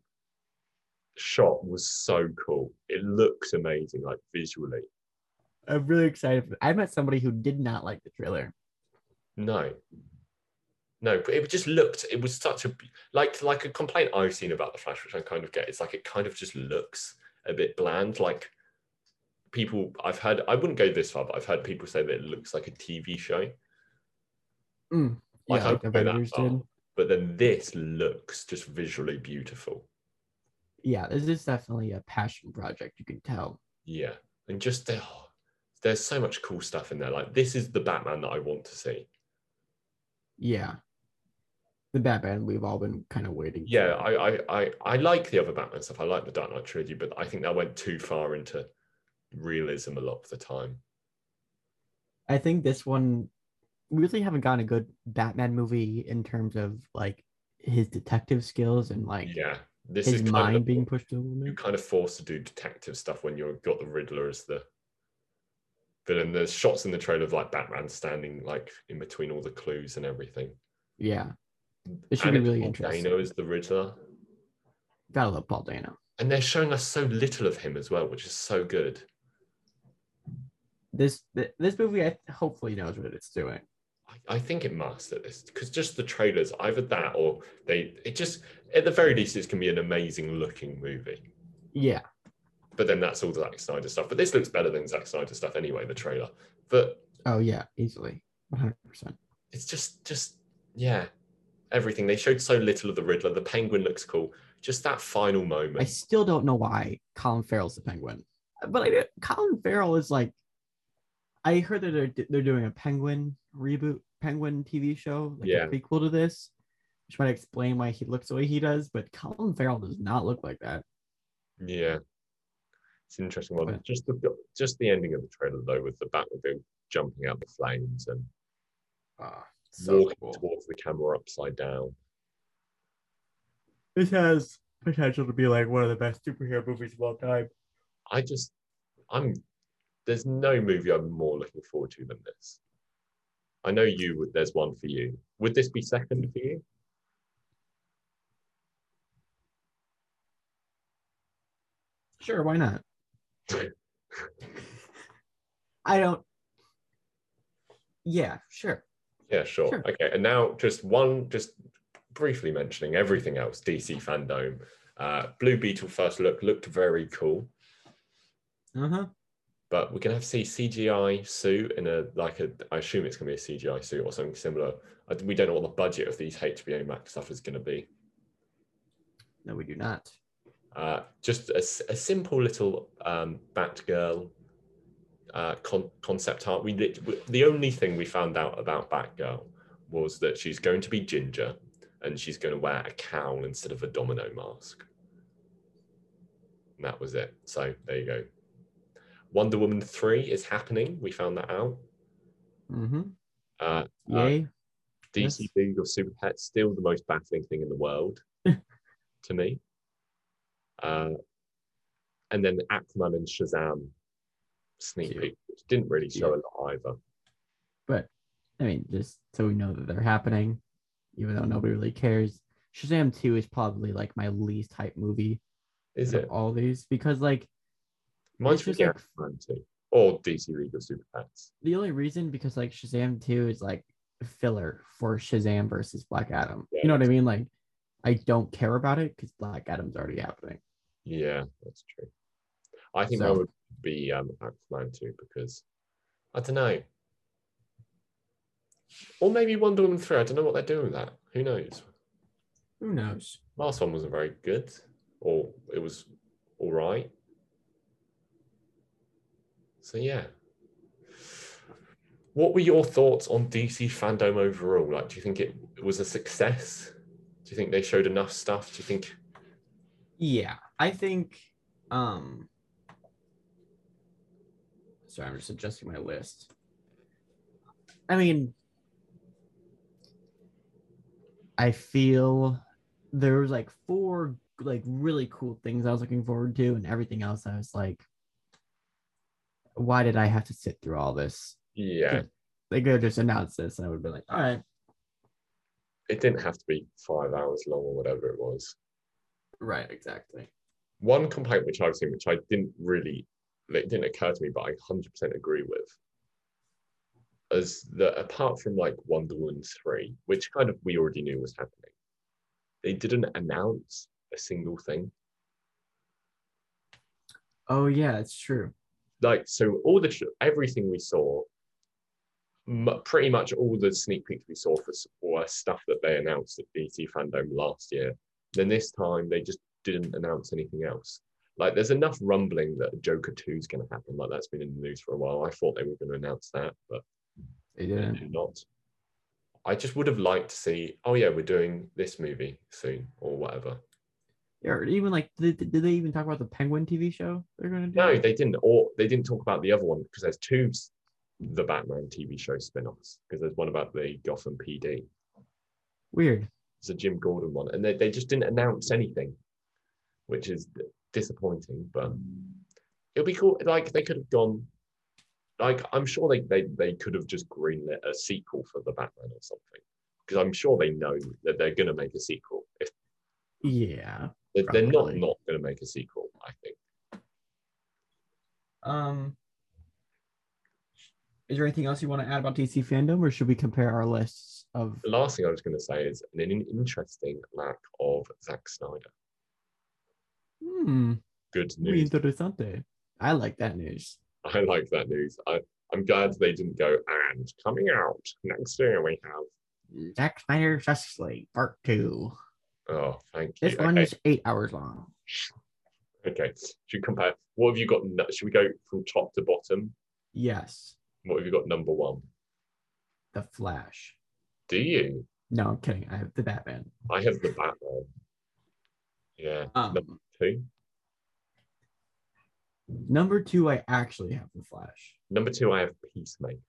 Speaker 1: shot was so cool. It looks amazing, like visually.
Speaker 2: I'm really excited. For I met somebody who did not like the trailer.
Speaker 1: No. No, but it just looked. It was such a be- like like a complaint I've seen about the Flash, which I kind of get. It's like it kind of just looks a bit bland. Like people, I've heard. I wouldn't go this far, but I've heard people say that it looks like a TV show.
Speaker 2: Mm.
Speaker 1: Like,
Speaker 2: yeah,
Speaker 1: I
Speaker 2: like
Speaker 1: would go that
Speaker 2: Avengers
Speaker 1: far.
Speaker 2: did.
Speaker 1: But then this looks just visually beautiful.
Speaker 2: Yeah, this is definitely a passion project. You can tell.
Speaker 1: Yeah, and just the- oh, there's so much cool stuff in there. Like this is the Batman that I want to see.
Speaker 2: Yeah, the Batman we've all been kind of waiting. for.
Speaker 1: Yeah, I I I, I like the other Batman stuff. I like the Dark Knight trilogy, but I think that went too far into realism a lot of the time.
Speaker 2: I think this one we really haven't gotten a good Batman movie in terms of like his detective skills and like
Speaker 1: Yeah, this
Speaker 2: his
Speaker 1: is
Speaker 2: mind
Speaker 1: kind of,
Speaker 2: being pushed to the
Speaker 1: you
Speaker 2: limit.
Speaker 1: kind of forced to do detective stuff when you've got the Riddler as the villain. There's shots in the trailer of like Batman standing like in between all the clues and everything.
Speaker 2: Yeah, it should
Speaker 1: And it's
Speaker 2: be really
Speaker 1: Paul
Speaker 2: interesting.
Speaker 1: Dano is the Riddler,
Speaker 2: Gotta love Paul Dano.
Speaker 1: and they're showing us so little of him as well, which is so good.
Speaker 2: This th- this movie, I hopefully knows what it's doing.
Speaker 1: I, I think it must at this because just the trailers, either that or they, it just at the very least, it's gonna be an amazing looking movie.
Speaker 2: Yeah,
Speaker 1: But then that's all the Zack Snyder stuff. But this looks better than Zack Snyder stuff anyway. The trailer, but
Speaker 2: Oh yeah, easily, one hundred percent.
Speaker 1: it's just, just yeah, everything. They showed so little of the Riddler. The Penguin looks cool. Just that final moment.
Speaker 2: I still don't know why Colin Farrell's the Penguin, but like Colin Farrell is like, I heard that they're they're doing a Penguin reboot, Penguin TV show, like
Speaker 1: Yeah.
Speaker 2: a prequel to this, which might explain why he looks the way he does. But Colin Farrell does not look like that.
Speaker 1: Yeah, it's an interesting one.
Speaker 2: But-
Speaker 1: Just the just the ending of the trailer though, with the Batmobile jumping out the flames and walking towards the camera upside down.
Speaker 2: This has potential to be like one of the best superhero movies of all time.
Speaker 1: I just, I'm, there's no movie I'm more looking forward to than this. I know you would, there's one for you. Would this be second for you?
Speaker 2: Sure, why not? I don't. Yeah, sure.
Speaker 1: Yeah, sure.
Speaker 2: Sure.
Speaker 1: Okay. And now just one, just briefly mentioning everything else DC fandom. Uh, Blue Beetle first look looked very cool,
Speaker 2: Uh huh.
Speaker 1: but we're gonna have to see CGI suit in a like a. I assume it's gonna be a CGI suit or something similar. I, we don't know what the budget of these HBO Max stuff is gonna be.
Speaker 2: No, we do not.
Speaker 1: uh, just a, s- a simple little um, Batgirl uh, con- concept art. We lit- w- the only thing we found out about Batgirl was that she's going to be ginger and she's going to wear a cowl instead of a domino mask. And that was it. So there you go. Wonder Woman three is happening. We found that out.
Speaker 2: Mm-hmm.
Speaker 1: Uh, uh,
Speaker 2: Yay.
Speaker 1: DC
Speaker 2: Yes.
Speaker 1: League of Super Pets still the most baffling thing in the world to me. Uh, and then Aquaman and Shazam sneak
Speaker 2: Cute.
Speaker 1: peek, which didn't really show a lot either.
Speaker 2: but I mean, just so we know that they're happening, even though nobody really cares. Shazam 2 is probably like my least hype movie
Speaker 1: Is
Speaker 2: of
Speaker 1: it?
Speaker 2: all these because like
Speaker 1: Mine's
Speaker 2: just
Speaker 1: really
Speaker 2: like-
Speaker 1: Aquaman too, or DC League of Super Pets.
Speaker 2: the only reason because like Shazam 2 is like filler for Shazam versus Black Adam.
Speaker 1: Yeah,
Speaker 2: you know what I mean? Like I don't care about it because Black Adam's already happening.
Speaker 1: Yeah, that's true. I think
Speaker 2: So-
Speaker 1: mine would be um, Aquaman too because I don't know. Or maybe Wonder Woman 3. I don't know what they're doing with that. Who knows?
Speaker 2: Who knows?
Speaker 1: Last one wasn't very good, or it was all right. So, yeah. What were your thoughts on DC fandom overall? Like, do you think it was a success? Do you think they showed enough stuff? Do you think
Speaker 2: Yeah, I think. Um, sorry, I'm just adjusting my list. I mean, I feel there was like four like really cool things I was looking forward to, and everything else I was like, why did I have to sit through all this?
Speaker 1: Yeah,
Speaker 2: They could have just announced this, and I would have been like, all right,
Speaker 1: it didn't have to be five hours long or whatever it was.
Speaker 2: right, exactly.
Speaker 1: One complaint which I've seen, which I didn't really, it didn't occur to me, but I 100% agree with, is that apart from like Wonder Woman 3, which kind of we already knew was happening, they didn't announce a single thing.
Speaker 2: Oh yeah, it's true.
Speaker 1: Like, so all the, sh- everything we saw, m- pretty much all the sneak peeks we saw for s- were stuff that they announced at DC Fandom last year. Then this time they just didn't announce anything else. Like there's enough rumbling that Joker 2 is going to happen. Like that's been in the news for a while. I thought they were going to announce that, but
Speaker 2: They
Speaker 1: they
Speaker 2: didn't.
Speaker 1: did not. I just would have liked to see, oh yeah, we're doing this movie soon or whatever.
Speaker 2: Or even like, did, did they even talk about the Penguin TV show they're gonna do?
Speaker 1: No, they didn't. Or they didn't talk about the other one because there's two s- the Batman TV show spin-offs because there's one about the Gotham PD.
Speaker 2: Weird.
Speaker 1: It's a Jim Gordon one, and they, they just didn't announce anything, which is d- disappointing. But it'll be cool. Like they could have gone, like I'm sure they they, they could have just greenlit a sequel for the Batman or something, because I'm sure they know that they're gonna make a sequel. If
Speaker 2: Yeah.
Speaker 1: they're, they're not
Speaker 2: Probably.
Speaker 1: not gonna make a sequel, I think.
Speaker 2: Um. Is there anything else you want to add about DC fandom, or should we compare our lists of?
Speaker 1: The last thing I was gonna say is an in- interesting lack of Zack Snyder.
Speaker 2: Hmm.
Speaker 1: Good
Speaker 2: Muy
Speaker 1: news.
Speaker 2: interesante. I like that news.
Speaker 1: I like that news. I I'm glad they didn't go and coming out next year we have.
Speaker 2: Zack Snyder Justice League Part Two.
Speaker 1: Oh, thank you.
Speaker 2: This one
Speaker 1: Okay.
Speaker 2: is eight hours long.
Speaker 1: Okay. Should we compare? What have you got? nu- Should we go from top to bottom?
Speaker 2: Yes,
Speaker 1: What have you got? Number one.
Speaker 2: The Flash.
Speaker 1: Do you?
Speaker 2: No, I'm kidding. I have the Batman.
Speaker 1: I have the Batman. Yeah.
Speaker 2: Um,
Speaker 1: Number two.
Speaker 2: number two, I actually have the Flash.
Speaker 1: Number two, I have Peacemaker.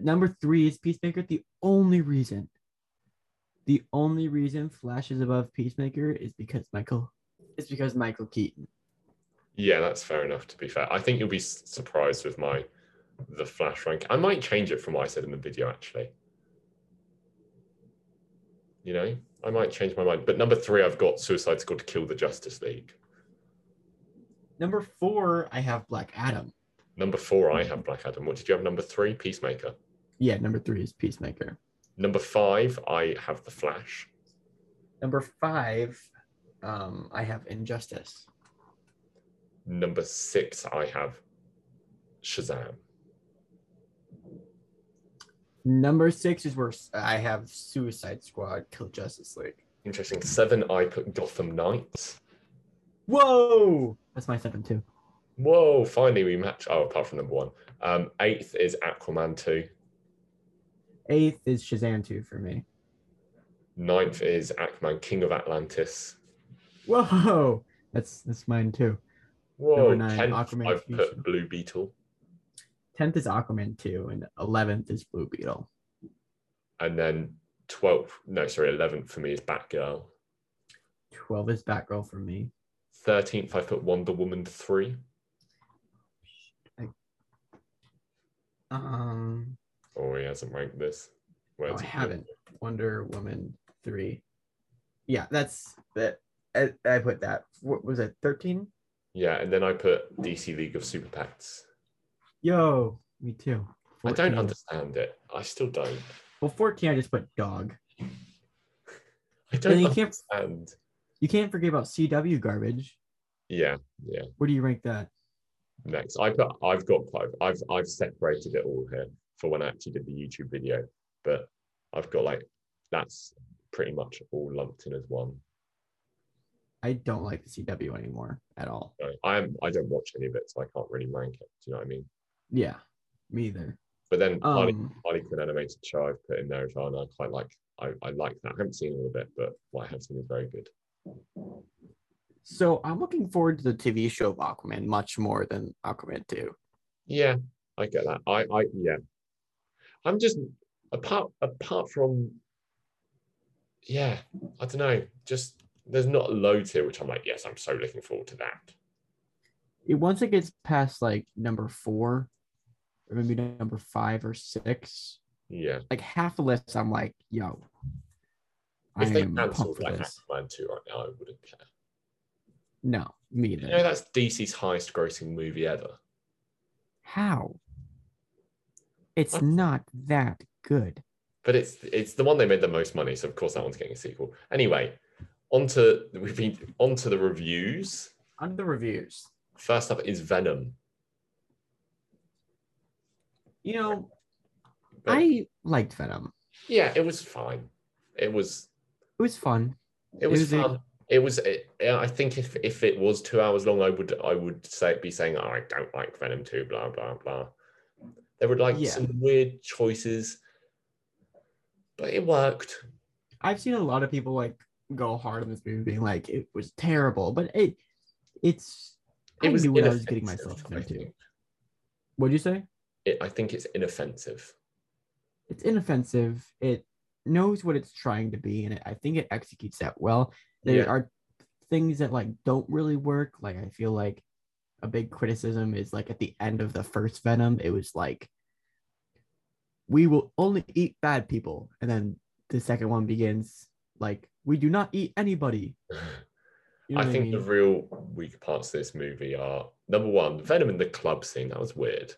Speaker 2: Number three is Peacemaker. The only reason, the only reason Flash is above Peacemaker is because Michael, it's because Michael Keaton.
Speaker 1: Yeah, that's fair enough. To be fair, I think you'll be s- surprised with my the Flash rank. I might change it from what I said in the video, actually. You know, I might change my mind. But number three, I've got Suicide Squad to kill the Justice League.
Speaker 2: Number four, I have Black Adam.
Speaker 1: Number four, I have Black Adam. What did you have? Number three, Peacemaker.
Speaker 2: Yeah, number three is Peacemaker.
Speaker 1: Number five, I have the Flash.
Speaker 2: Number five, um, I have Injustice.
Speaker 1: Number six, I have Shazam.
Speaker 2: Number six is where s- I have Suicide Squad Kill Justice League.
Speaker 1: Interesting. Seven, I put Gotham Knights.
Speaker 2: Whoa! That's my seven too.
Speaker 1: Whoa, finally we match. Oh, apart from number one. Um, eighth is Aquaman 2.
Speaker 2: Eighth is Shazam two for me.
Speaker 1: Ninth is Aquaman, King of Atlantis.
Speaker 2: Whoa! That's that's mine too.
Speaker 1: Whoa,
Speaker 2: Number nine,
Speaker 1: tenth,
Speaker 2: Aquaman
Speaker 1: I've
Speaker 2: Fusion.
Speaker 1: put Blue Beetle.
Speaker 2: Tenth is Aquaman two, and eleventh is Blue Beetle.
Speaker 1: And then 12th, no, sorry, 11th for me is Batgirl.
Speaker 2: Twelve is Batgirl for me.
Speaker 1: 13th, I put Wonder Woman 3.
Speaker 2: Um,
Speaker 1: Oh, he hasn't ranked this.
Speaker 2: oh,
Speaker 1: Where's
Speaker 2: I
Speaker 1: it?
Speaker 2: haven't. Wonder Woman three. Yeah, that's that. I, I put that. What was it? Thirteen.
Speaker 1: Yeah, and then I put DC League of Super Pets.
Speaker 2: Yo, me too.
Speaker 1: I don't
Speaker 2: 14.
Speaker 1: understand it. I still don't.
Speaker 2: Well, fourteen, I just put dog.
Speaker 1: I
Speaker 2: And
Speaker 1: don't
Speaker 2: you can't
Speaker 1: understand.
Speaker 2: you can't forget about CW garbage.
Speaker 1: Yeah, yeah.
Speaker 2: Where do you rank that?
Speaker 1: next. I put I've got quite I've I've separated it all here for when I actually did the YouTube video, but I've got like that's pretty much all lumped in as one.
Speaker 2: I don't like the CW anymore at all.
Speaker 1: So I am I don't watch any of it, so I can't really rank it. Do you know what I mean?
Speaker 2: Yeah, me either.
Speaker 1: But then Harley,
Speaker 2: Um,
Speaker 1: Harley Quinn animated show I've put in there as well, and I quite like I, I like that. I haven't seen all of it, but what I have seen is very good.
Speaker 2: so I'm looking forward to the TV show of Aquaman much more than Aquaman 2.
Speaker 1: Yeah, I get that. I, I, yeah. I'm just apart apart from, yeah. I don't know. Just there's not loads here, which I'm like, yes, I'm so looking forward to that.
Speaker 2: It, once it gets past like number four, or maybe number five or six,
Speaker 1: Yeah.
Speaker 2: like half the list, I'm like, yo,
Speaker 1: If
Speaker 2: I
Speaker 1: they
Speaker 2: am
Speaker 1: cancelled
Speaker 2: pumped for
Speaker 1: like
Speaker 2: this.
Speaker 1: Aquaman two right now, I wouldn't care.
Speaker 2: No, me
Speaker 1: You
Speaker 2: either.
Speaker 1: know that's DC's highest grossing movie ever.
Speaker 2: How? It's
Speaker 1: What?
Speaker 2: not that good.
Speaker 1: but it's it's the one they made the most money, so of course that one's getting a sequel. Anyway, onto we've been onto the reviews.
Speaker 2: Under the reviews,
Speaker 1: First up is Venom.
Speaker 2: you know,
Speaker 1: But-
Speaker 2: I liked Venom.
Speaker 1: Yeah, it was fine. It was
Speaker 2: It was fun.
Speaker 1: it was
Speaker 2: Is it-
Speaker 1: fun. It was. It, I think if if it was two hours long, I would I would say be saying oh, I don't like Venom two. Blah blah blah. There were like
Speaker 2: Yeah.
Speaker 1: some weird choices, but it worked.
Speaker 2: I've seen a lot of people like go hard on this movie, being like, "It was terrible," but it, it's.
Speaker 1: It
Speaker 2: I
Speaker 1: was
Speaker 2: knew what I was getting
Speaker 1: inoffensive,
Speaker 2: myself
Speaker 1: I
Speaker 2: into.
Speaker 1: think.
Speaker 2: What'd you say?
Speaker 1: It, I think it's inoffensive.
Speaker 2: It's inoffensive. It knows what it's trying to be, and it, I think it executes that well. There
Speaker 1: Yeah.
Speaker 2: are things that like don't really work. Like I feel like a big criticism is like at the end of the first Venom, it was like, "We will only eat bad people," and then the second one begins like, "We do not eat anybody." You know
Speaker 1: I
Speaker 2: what
Speaker 1: think
Speaker 2: mean?
Speaker 1: the real weak parts of this movie are number one, Venom in the club scene. That was weird.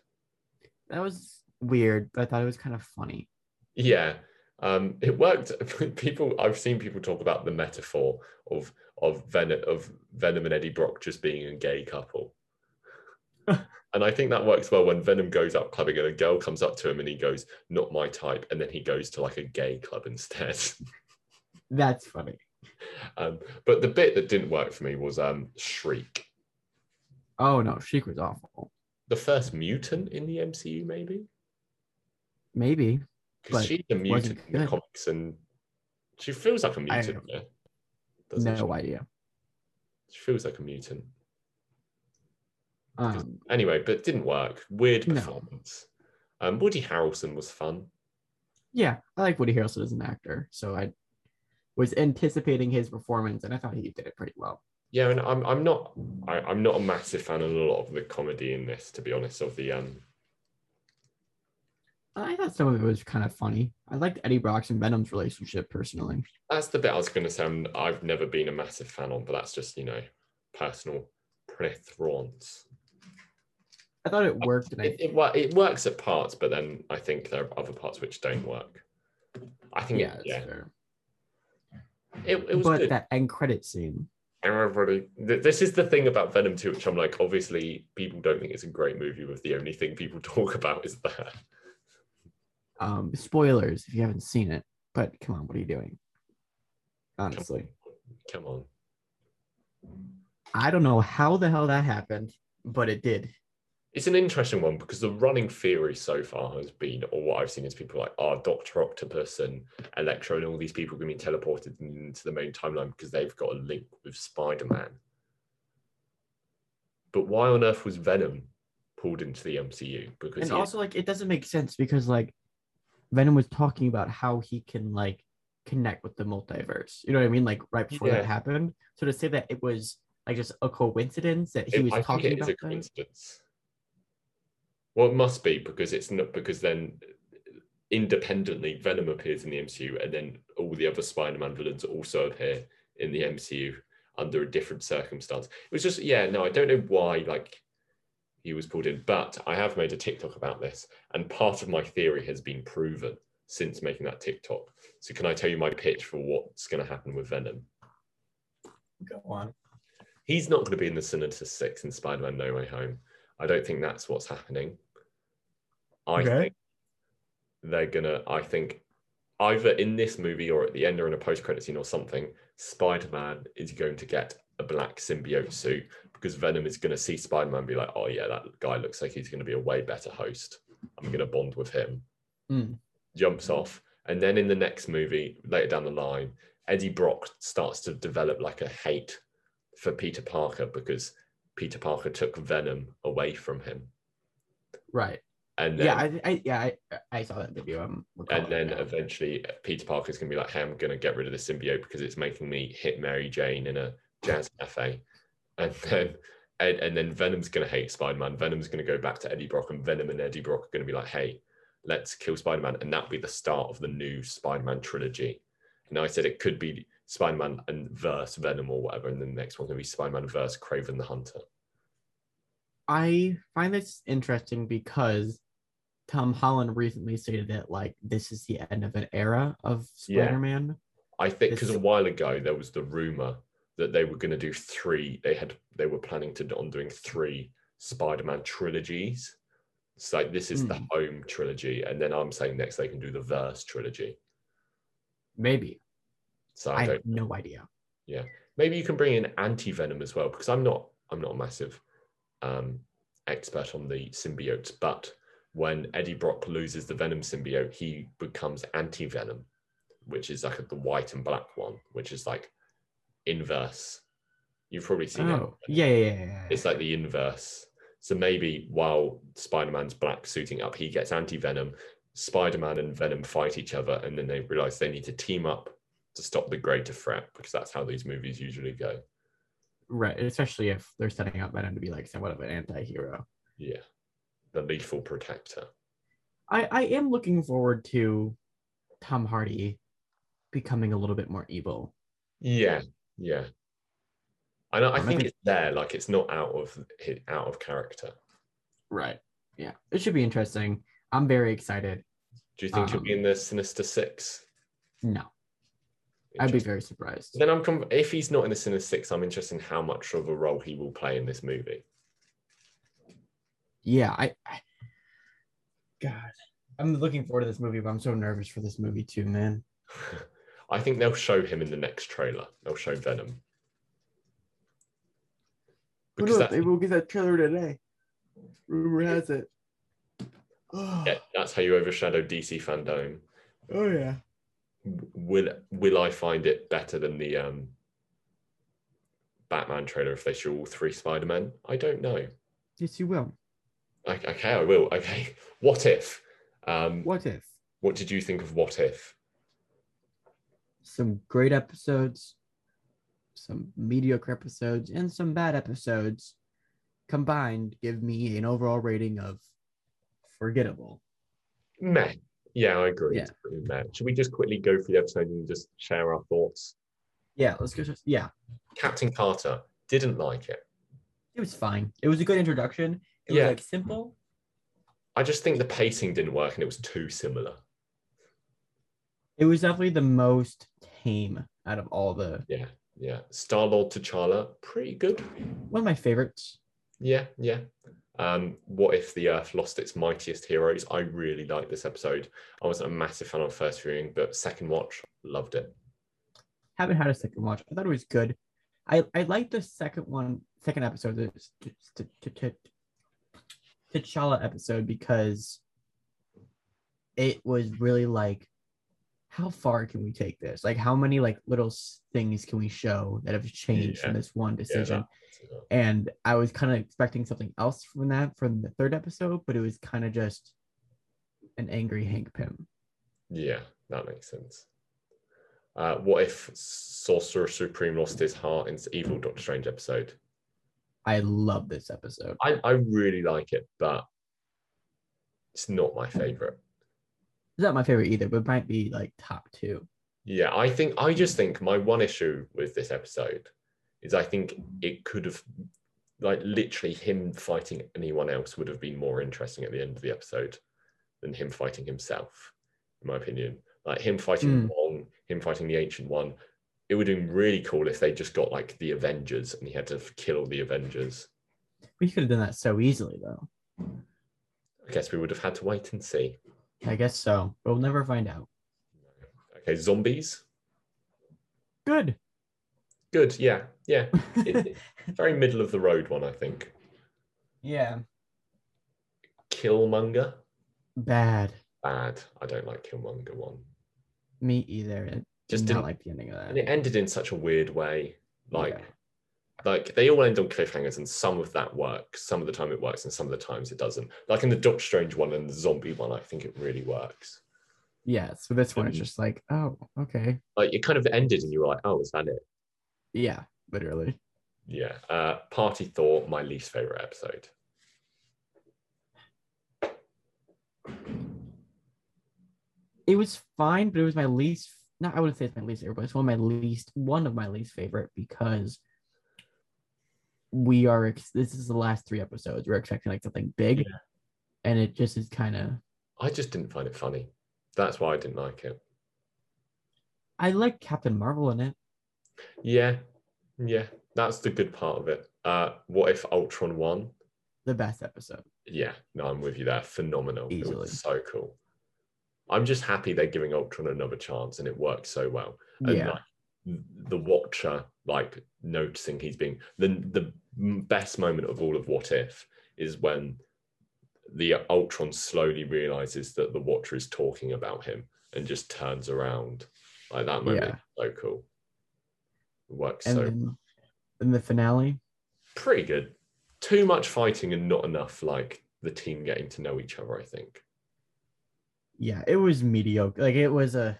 Speaker 2: that was weird, but I thought it was kind of funny.
Speaker 1: Yeah, um, it worked. People, I've seen people talk about the metaphor of of Venom of Venom and Eddie Brock just being a gay couple, and I think that works well when Venom goes out clubbing and a girl comes up to him and he goes, "Not my type," and then he goes to like a gay club instead.
Speaker 2: That's funny.
Speaker 1: um, but the bit that didn't work for me was um, Shriek,
Speaker 2: Oh no, Sheik was awful.
Speaker 1: the first mutant in the MCU, maybe.
Speaker 2: Maybe
Speaker 1: Because
Speaker 2: but
Speaker 1: she's a
Speaker 2: wasn't
Speaker 1: mutant in the
Speaker 2: good.
Speaker 1: comics and she feels like a mutant.
Speaker 2: don't-
Speaker 1: Yeah. Doesn't
Speaker 2: no
Speaker 1: she?
Speaker 2: idea.
Speaker 1: she feels like a mutant.
Speaker 2: Um,
Speaker 1: Anyway, but it didn't work. Weird
Speaker 2: No.
Speaker 1: performance. Um, Woody Harrelson was fun.
Speaker 2: yeah, I like Woody Harrelson as an actor, so I was anticipating his performance, and I thought he did it pretty well.
Speaker 1: Yeah, and I'm I'm not I, I'm not a massive fan of a lot of the comedy in this, to be honest. Of the um
Speaker 2: And I thought some of it was kind of funny. I liked Eddie Brock's and Venom's relationship personally.
Speaker 1: that's the bit I was gonna say I'm, I've never been a massive fan on, but that's just, you know, personal preference.
Speaker 2: I thought it worked, and I
Speaker 1: It, it, wo- it works at parts, but then I think there are other parts which don't work. I think yeah,
Speaker 2: yeah, it's
Speaker 1: yeah.
Speaker 2: fair.
Speaker 1: It, it was
Speaker 2: but
Speaker 1: good.
Speaker 2: that end credit scene,
Speaker 1: everybody th- this is the thing about venom 2 which i'm like obviously people don't think it's a great movie but the only thing people talk about is that
Speaker 2: um, spoilers if you haven't seen it. But come on, what are you doing? Honestly,
Speaker 1: come on
Speaker 2: I don't know how the hell that happened, but it did.
Speaker 1: it's an interesting one because the running theory so far has been or what i've seen is people like oh dr octopus and electro and all these people can be teleported into the main timeline because they've got a link with spider-man but why on earth was venom pulled into the mcu because
Speaker 2: and
Speaker 1: he-
Speaker 2: also like it doesn't make sense because like venom was talking about how he can like connect with the multiverse you know what i mean like right before
Speaker 1: Yeah.
Speaker 2: that happened so to say that it was like just a coincidence that he
Speaker 1: It-
Speaker 2: was
Speaker 1: I think
Speaker 2: talking
Speaker 1: it is
Speaker 2: about
Speaker 1: a
Speaker 2: that?
Speaker 1: coincidence. Well, it must be because it's not because then independently Venom appears in the MCU and then all the other Spider-Man villains also appear in the MCU under a different circumstance. It was just yeah, no, I don't know why like he was pulled in, but I have made a TikTok about this, and part of my theory has been proven since making that TikTok. So can I tell you my pitch for what's going to happen with Venom?
Speaker 2: go on
Speaker 1: he's not going to be in the Sinister Six in Spider-Man No Way Home. I don't think that's what's happening. I
Speaker 2: Okay.
Speaker 1: think they're gonna. I think either in this movie or at the end or in a post-credit scene or something, Spider-Man is going to get a black symbiote suit because Venom is gonna see Spider-Man and be like, "Oh yeah, that guy looks like he's gonna be a way better host. I'm gonna bond with him."
Speaker 2: Mm.
Speaker 1: Jumps off, and then in the next movie, later down the line, Eddie Brock starts to develop like a hate for Peter Parker because Peter Parker took Venom away from him,
Speaker 2: Right.
Speaker 1: and then
Speaker 2: Yeah. I, I yeah I, I saw that video. I'm
Speaker 1: and
Speaker 2: recalling
Speaker 1: then
Speaker 2: now.
Speaker 1: eventually Peter Parker's gonna be like, "Hey, I'm gonna get rid of the symbiote because it's making me hit Mary Jane in a jazz cafe," and then and, and then Venom's gonna hate Spider-Man. Venom's gonna go back to Eddie Brock, and Venom and Eddie Brock are gonna be like, "Hey, let's kill Spider-Man," and that'll be the start of the new Spider-Man trilogy. And I said it could be Spider-Man and verse Venom or whatever, and then the next one gonna be Spider-Man verse Craven the Hunter.
Speaker 2: I find this interesting because Tom Holland recently stated that like this is the end of an era of
Speaker 1: Yeah.
Speaker 2: Spider-Man.
Speaker 1: I think because
Speaker 2: This-
Speaker 1: a while ago there was the rumor that they were going to do three. They had they were planning to on doing three Spider-Man trilogies. It's like this is the
Speaker 2: Hmm.
Speaker 1: home trilogy, and then I'm saying next they can do the verse trilogy.
Speaker 2: Maybe.
Speaker 1: So I
Speaker 2: I
Speaker 1: don't.
Speaker 2: have no idea.
Speaker 1: Maybe you can bring in anti-venom as well because I'm not I'm not a massive um, expert on the symbiotes, but when Eddie Brock loses the Venom symbiote, he becomes anti-venom, which is like the white and black one, which is like inverse. You've probably seen it.
Speaker 2: Oh. Yeah, yeah, yeah, yeah.
Speaker 1: It's like the inverse. So maybe while Spider Man's black suiting up, he gets anti venom. Spider Man and Venom fight each other, and then they realize they need to team up to stop the greater threat because that's how these movies usually go.
Speaker 2: right, especially if they're setting up Venom to be like somewhat of an anti-hero.
Speaker 1: Yeah. The lethal protector.
Speaker 2: I, I am looking forward to Tom Hardy becoming a little bit more evil.
Speaker 1: Yeah. Yeah. I know, I
Speaker 2: Um, I
Speaker 1: think
Speaker 2: think-
Speaker 1: it's there, like it's not out of out of character.
Speaker 2: Right. Yeah. It should be interesting. I'm very excited.
Speaker 1: Do you think he'll be
Speaker 2: Um,
Speaker 1: in the Sinister Six?
Speaker 2: No, I'd be
Speaker 1: Interesting.
Speaker 2: very surprised.
Speaker 1: Then I'm com- if he's not in the Sinister Six, I'm interested in how much of a role he will play in this movie.
Speaker 2: Yeah, I, I God. I'm looking forward to this movie, but I'm so nervous for this movie too, man.
Speaker 1: I think they'll show him in the next trailer. They'll show Venom. Because that's,
Speaker 2: will get that trailer today. Rumor has it. Oh
Speaker 1: yeah, that's how you overshadow DC fandom.
Speaker 2: oh, yeah.
Speaker 1: Will Will I find it better than the um, Batman trailer if they show all three Spider Men? I don't know.
Speaker 2: Yes, you will.
Speaker 1: Like, okay, I will. Okay, what if? Um, what?
Speaker 2: What if?
Speaker 1: did you think of What If?
Speaker 2: Some great episodes, some mediocre episodes, and some bad episodes combined give me an overall rating of forgettable.
Speaker 1: Meh. Yeah, I agree.
Speaker 2: Yeah.
Speaker 1: It's pretty meh. Should we just quickly go through the episode and just share our thoughts?
Speaker 2: Yeah, let's go. Yeah,
Speaker 1: Captain Carter didn't like it.
Speaker 2: it was fine. It was a good introduction. It
Speaker 1: Yeah.
Speaker 2: was like simple.
Speaker 1: I just think the pacing didn't work and it was too similar.
Speaker 2: It was definitely the most tame out of all the
Speaker 1: Yeah, yeah. Star Lord T'Challa, pretty good.
Speaker 2: one of my favorites.
Speaker 1: Yeah, yeah. Um, what if the Earth lost its mightiest heroes? I really liked this episode. I wasn't a massive fan on first viewing, but second watch, loved it.
Speaker 2: Haven't had a second watch. I thought it was good. I I liked the second one, second episode, the t- t- t- t- T'Challa episode because it was really like, how far can we take this? Like, how many like little s- things can we show that have changed from
Speaker 1: Yeah.
Speaker 2: this one
Speaker 1: Yeah,
Speaker 2: decision?
Speaker 1: that-
Speaker 2: and I was kind of expecting something else from that from the third episode, but it was kind of just an angry Hank Pym.
Speaker 1: yeah, that makes sense. Uh, what if Sorcerer Supreme lost his heart in its evil Doctor Strange episode?
Speaker 2: I love this episode.
Speaker 1: I, I really like it, but it's not my favorite.
Speaker 2: It's not my favorite either, but it might be like top two.
Speaker 1: Yeah, I think I just think my one issue with this episode is I think it could have like literally him fighting anyone else would have been more interesting at the end of the episode than him fighting himself, in my opinion. Like him fighting
Speaker 2: Mm.
Speaker 1: Wong, him fighting the ancient one. It would have been really cool if they just got like the Avengers and he had to f- kill all the Avengers.
Speaker 2: We could have done that so easily, though.
Speaker 1: I guess we would have had to wait and see.
Speaker 2: I guess so, but we'll never find out.
Speaker 1: Okay, zombies.
Speaker 2: Good.
Speaker 1: Good. Yeah. Yeah. It- very middle of the road one, I think.
Speaker 2: yeah.
Speaker 1: Killmonger.
Speaker 2: Bad.
Speaker 1: Bad. I don't like Killmonger one.
Speaker 2: Me either. It
Speaker 1: Just
Speaker 2: Just
Speaker 1: didn't.
Speaker 2: not like the ending of that.
Speaker 1: and it ended in such a weird way. Like,
Speaker 2: Yeah.
Speaker 1: like they all end on cliffhangers, and some of that works. Some of the time it works, and some of the times it doesn't. Like in the Doctor Strange one and the zombie one, I think it really works.
Speaker 2: yeah. So this one is
Speaker 1: Um,
Speaker 2: just like, oh, okay.
Speaker 1: Like it kind of ended, and you were like, "Oh, is that it?"
Speaker 2: Yeah. Literally.
Speaker 1: Yeah. Uh, Party Thought, my least favorite episode.
Speaker 2: It was fine, but it was my least. No, I wouldn't say it's my least favorite, but it's one of my least, one of my least favorite because we are. ex- This is the last three episodes. We're expecting like something big, and it just is kind of.
Speaker 1: I just didn't find it funny. That's why I didn't like it.
Speaker 2: I like Captain Marvel in it.
Speaker 1: Yeah, yeah, that's the good part of it. Uh, what if Ultron won?
Speaker 2: The best episode.
Speaker 1: Yeah, no, I'm with you there. Phenomenal. It was
Speaker 2: Easily.
Speaker 1: so cool. I'm just happy they're giving Ultron another chance and it worked so well. And
Speaker 2: yeah.
Speaker 1: like, the watcher, like noticing he's being the the best moment of all of What If is when the uh, Ultron slowly realizes that the Watcher is talking about him and just turns around. Like that moment,
Speaker 2: Yeah.
Speaker 1: is so cool. It works
Speaker 2: and
Speaker 1: so
Speaker 2: then in the finale.
Speaker 1: pretty good. Too much fighting and not enough like the team getting to know each other. I think
Speaker 2: Yeah, it was mediocre. Like it was a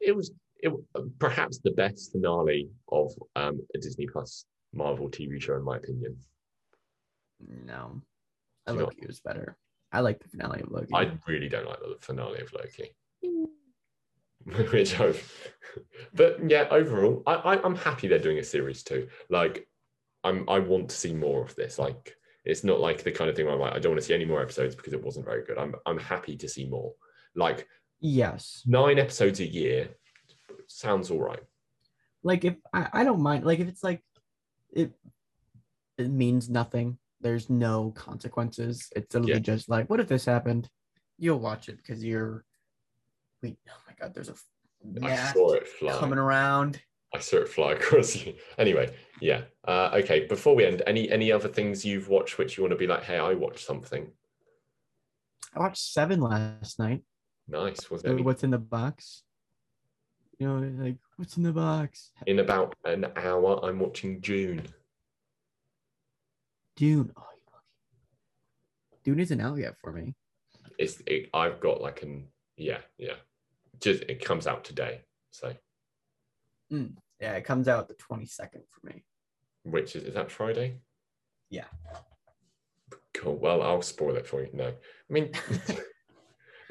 Speaker 1: it was it perhaps the best finale of um, a Disney Plus Marvel TV show, in my opinion.
Speaker 2: no. I
Speaker 1: You
Speaker 2: Loki was better. I like the finale of Loki.
Speaker 1: I really don't like the finale of Loki, which I've. But yeah, overall, I, I I'm happy they're doing a series too. Like, I'm I want to see more of this. Like, it's not like the kind of thing where I'm like I don't want to see any more episodes because it wasn't very good. I'm I'm happy to see more. Like
Speaker 2: yes.
Speaker 1: nine episodes a year sounds all right.
Speaker 2: Like if I, I don't mind like if it's like it it means nothing. There's no consequences. It's literally
Speaker 1: Yeah.
Speaker 2: just like, what if this happened? You'll watch it because you're wait, oh my god, there's a
Speaker 1: I
Speaker 2: gnat
Speaker 1: saw it fly.
Speaker 2: coming around.
Speaker 1: I saw it fly across you. Anyway, yeah. Uh, okay. Before we end, any any other things you've watched which you want to be like, hey, I watched something
Speaker 2: I watched seven last night.
Speaker 1: nice. Was
Speaker 2: So
Speaker 1: it
Speaker 2: what's in the box? You know, like what's in the box?
Speaker 1: in about an hour? I'm watching June.
Speaker 2: Dune. Oh, you lucky. Dune isn't out yet for me.
Speaker 1: It's it, I've got like an yeah yeah. Just it comes out today, so
Speaker 2: Yeah, it comes out the twenty second for me.
Speaker 1: which is is that Friday?
Speaker 2: Yeah.
Speaker 1: Cool. Well, I'll spoil it for you. No, I mean,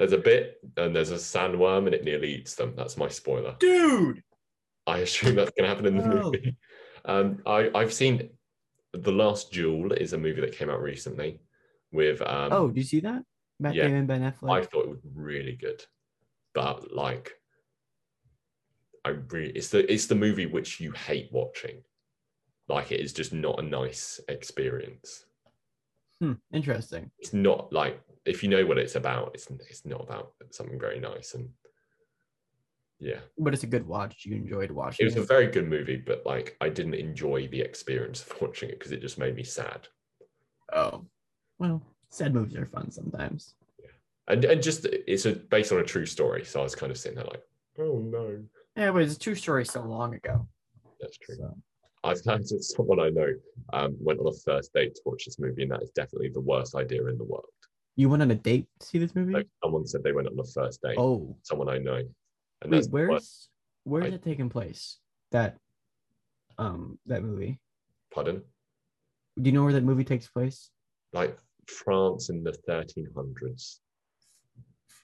Speaker 1: there's a bit and there's a sandworm and it nearly eats them. That's my spoiler.
Speaker 2: Dude.
Speaker 1: I assume that's going to happen in the
Speaker 2: Oh.
Speaker 1: movie. Um, I, I've seen The Last Duel is a movie that came out recently with. Um,
Speaker 2: oh, did you see that? Matt
Speaker 1: yeah.
Speaker 2: Damon, Ben Affleck.
Speaker 1: I thought it was really good, but like, I really it's the it's the movie which you hate watching. Like it is just not a nice experience.
Speaker 2: Hmm, interesting.
Speaker 1: It's not like if you know what it's about, it's it's not about something very nice and yeah.
Speaker 2: But it's a good watch. You enjoyed watching
Speaker 1: it
Speaker 2: it.
Speaker 1: was a very good movie, but like I didn't enjoy the experience of watching it because it just made me sad.
Speaker 2: oh. Well, sad movies are fun sometimes.
Speaker 1: And and just it's a, based on a true story, so I was kind of sitting there like, oh no,
Speaker 2: Yeah, but it's a true story so long ago.
Speaker 1: that's true.
Speaker 2: So.
Speaker 1: I've heard that someone I know um, went on a first date to watch this movie, and that is definitely the worst idea in the world.
Speaker 2: You went on a date to see this movie?
Speaker 1: Like someone said they went on a first date.
Speaker 2: Hmm. oh.
Speaker 1: Someone I know, and
Speaker 2: Wait,
Speaker 1: that's the worst.
Speaker 2: where's where is
Speaker 1: I-
Speaker 2: it taking place? That um that movie.
Speaker 1: pardon,
Speaker 2: Do you know where that movie takes place?
Speaker 1: like France in the 1300s,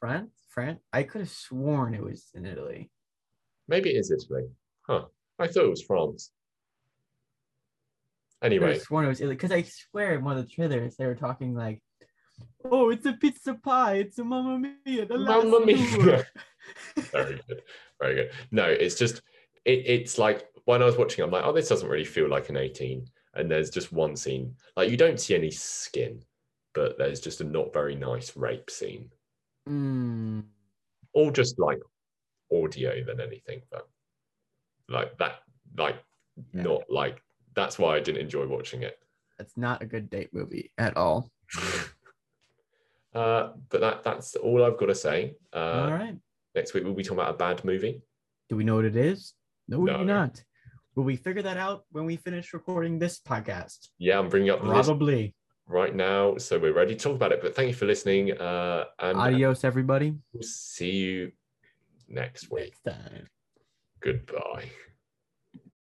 Speaker 2: France? France? I could have sworn it was in Italy.
Speaker 1: maybe it is Italy, huh? I thought it was France.
Speaker 2: I could
Speaker 1: Anyway,
Speaker 2: have sworn it was Italy because I swear in one of the trailers they were talking like, "Oh, it's a pizza pie. It's a Mamma Mia. The last
Speaker 1: Mamma mia.
Speaker 2: duel."
Speaker 1: very good. Very good. No, it's just it, it's like when I was watching, I'm like, oh, this doesn't really feel like an 18. and there's just one scene like you don't see any skin, but there's just a not very nice rape scene.
Speaker 2: Mm.
Speaker 1: All just like audio than anything, but like that, like
Speaker 2: Yeah.
Speaker 1: not like that's why I didn't enjoy watching it.
Speaker 2: That's not a good date movie at all.
Speaker 1: Uh, but that that's all I've got to say. Uh,
Speaker 2: all right.
Speaker 1: Next week we'll be talking about a bad movie.
Speaker 2: Do we know what it is? No, we
Speaker 1: No.
Speaker 2: do not. Will we figure that out when we finish recording this podcast?
Speaker 1: Yeah, I'm bringing up the list
Speaker 2: Probably.
Speaker 1: right now, so we're ready to talk about it. But thank you for listening, uh, and
Speaker 2: Adios, everybody.
Speaker 1: we'll see you next week.
Speaker 2: Next time.
Speaker 1: Goodbye.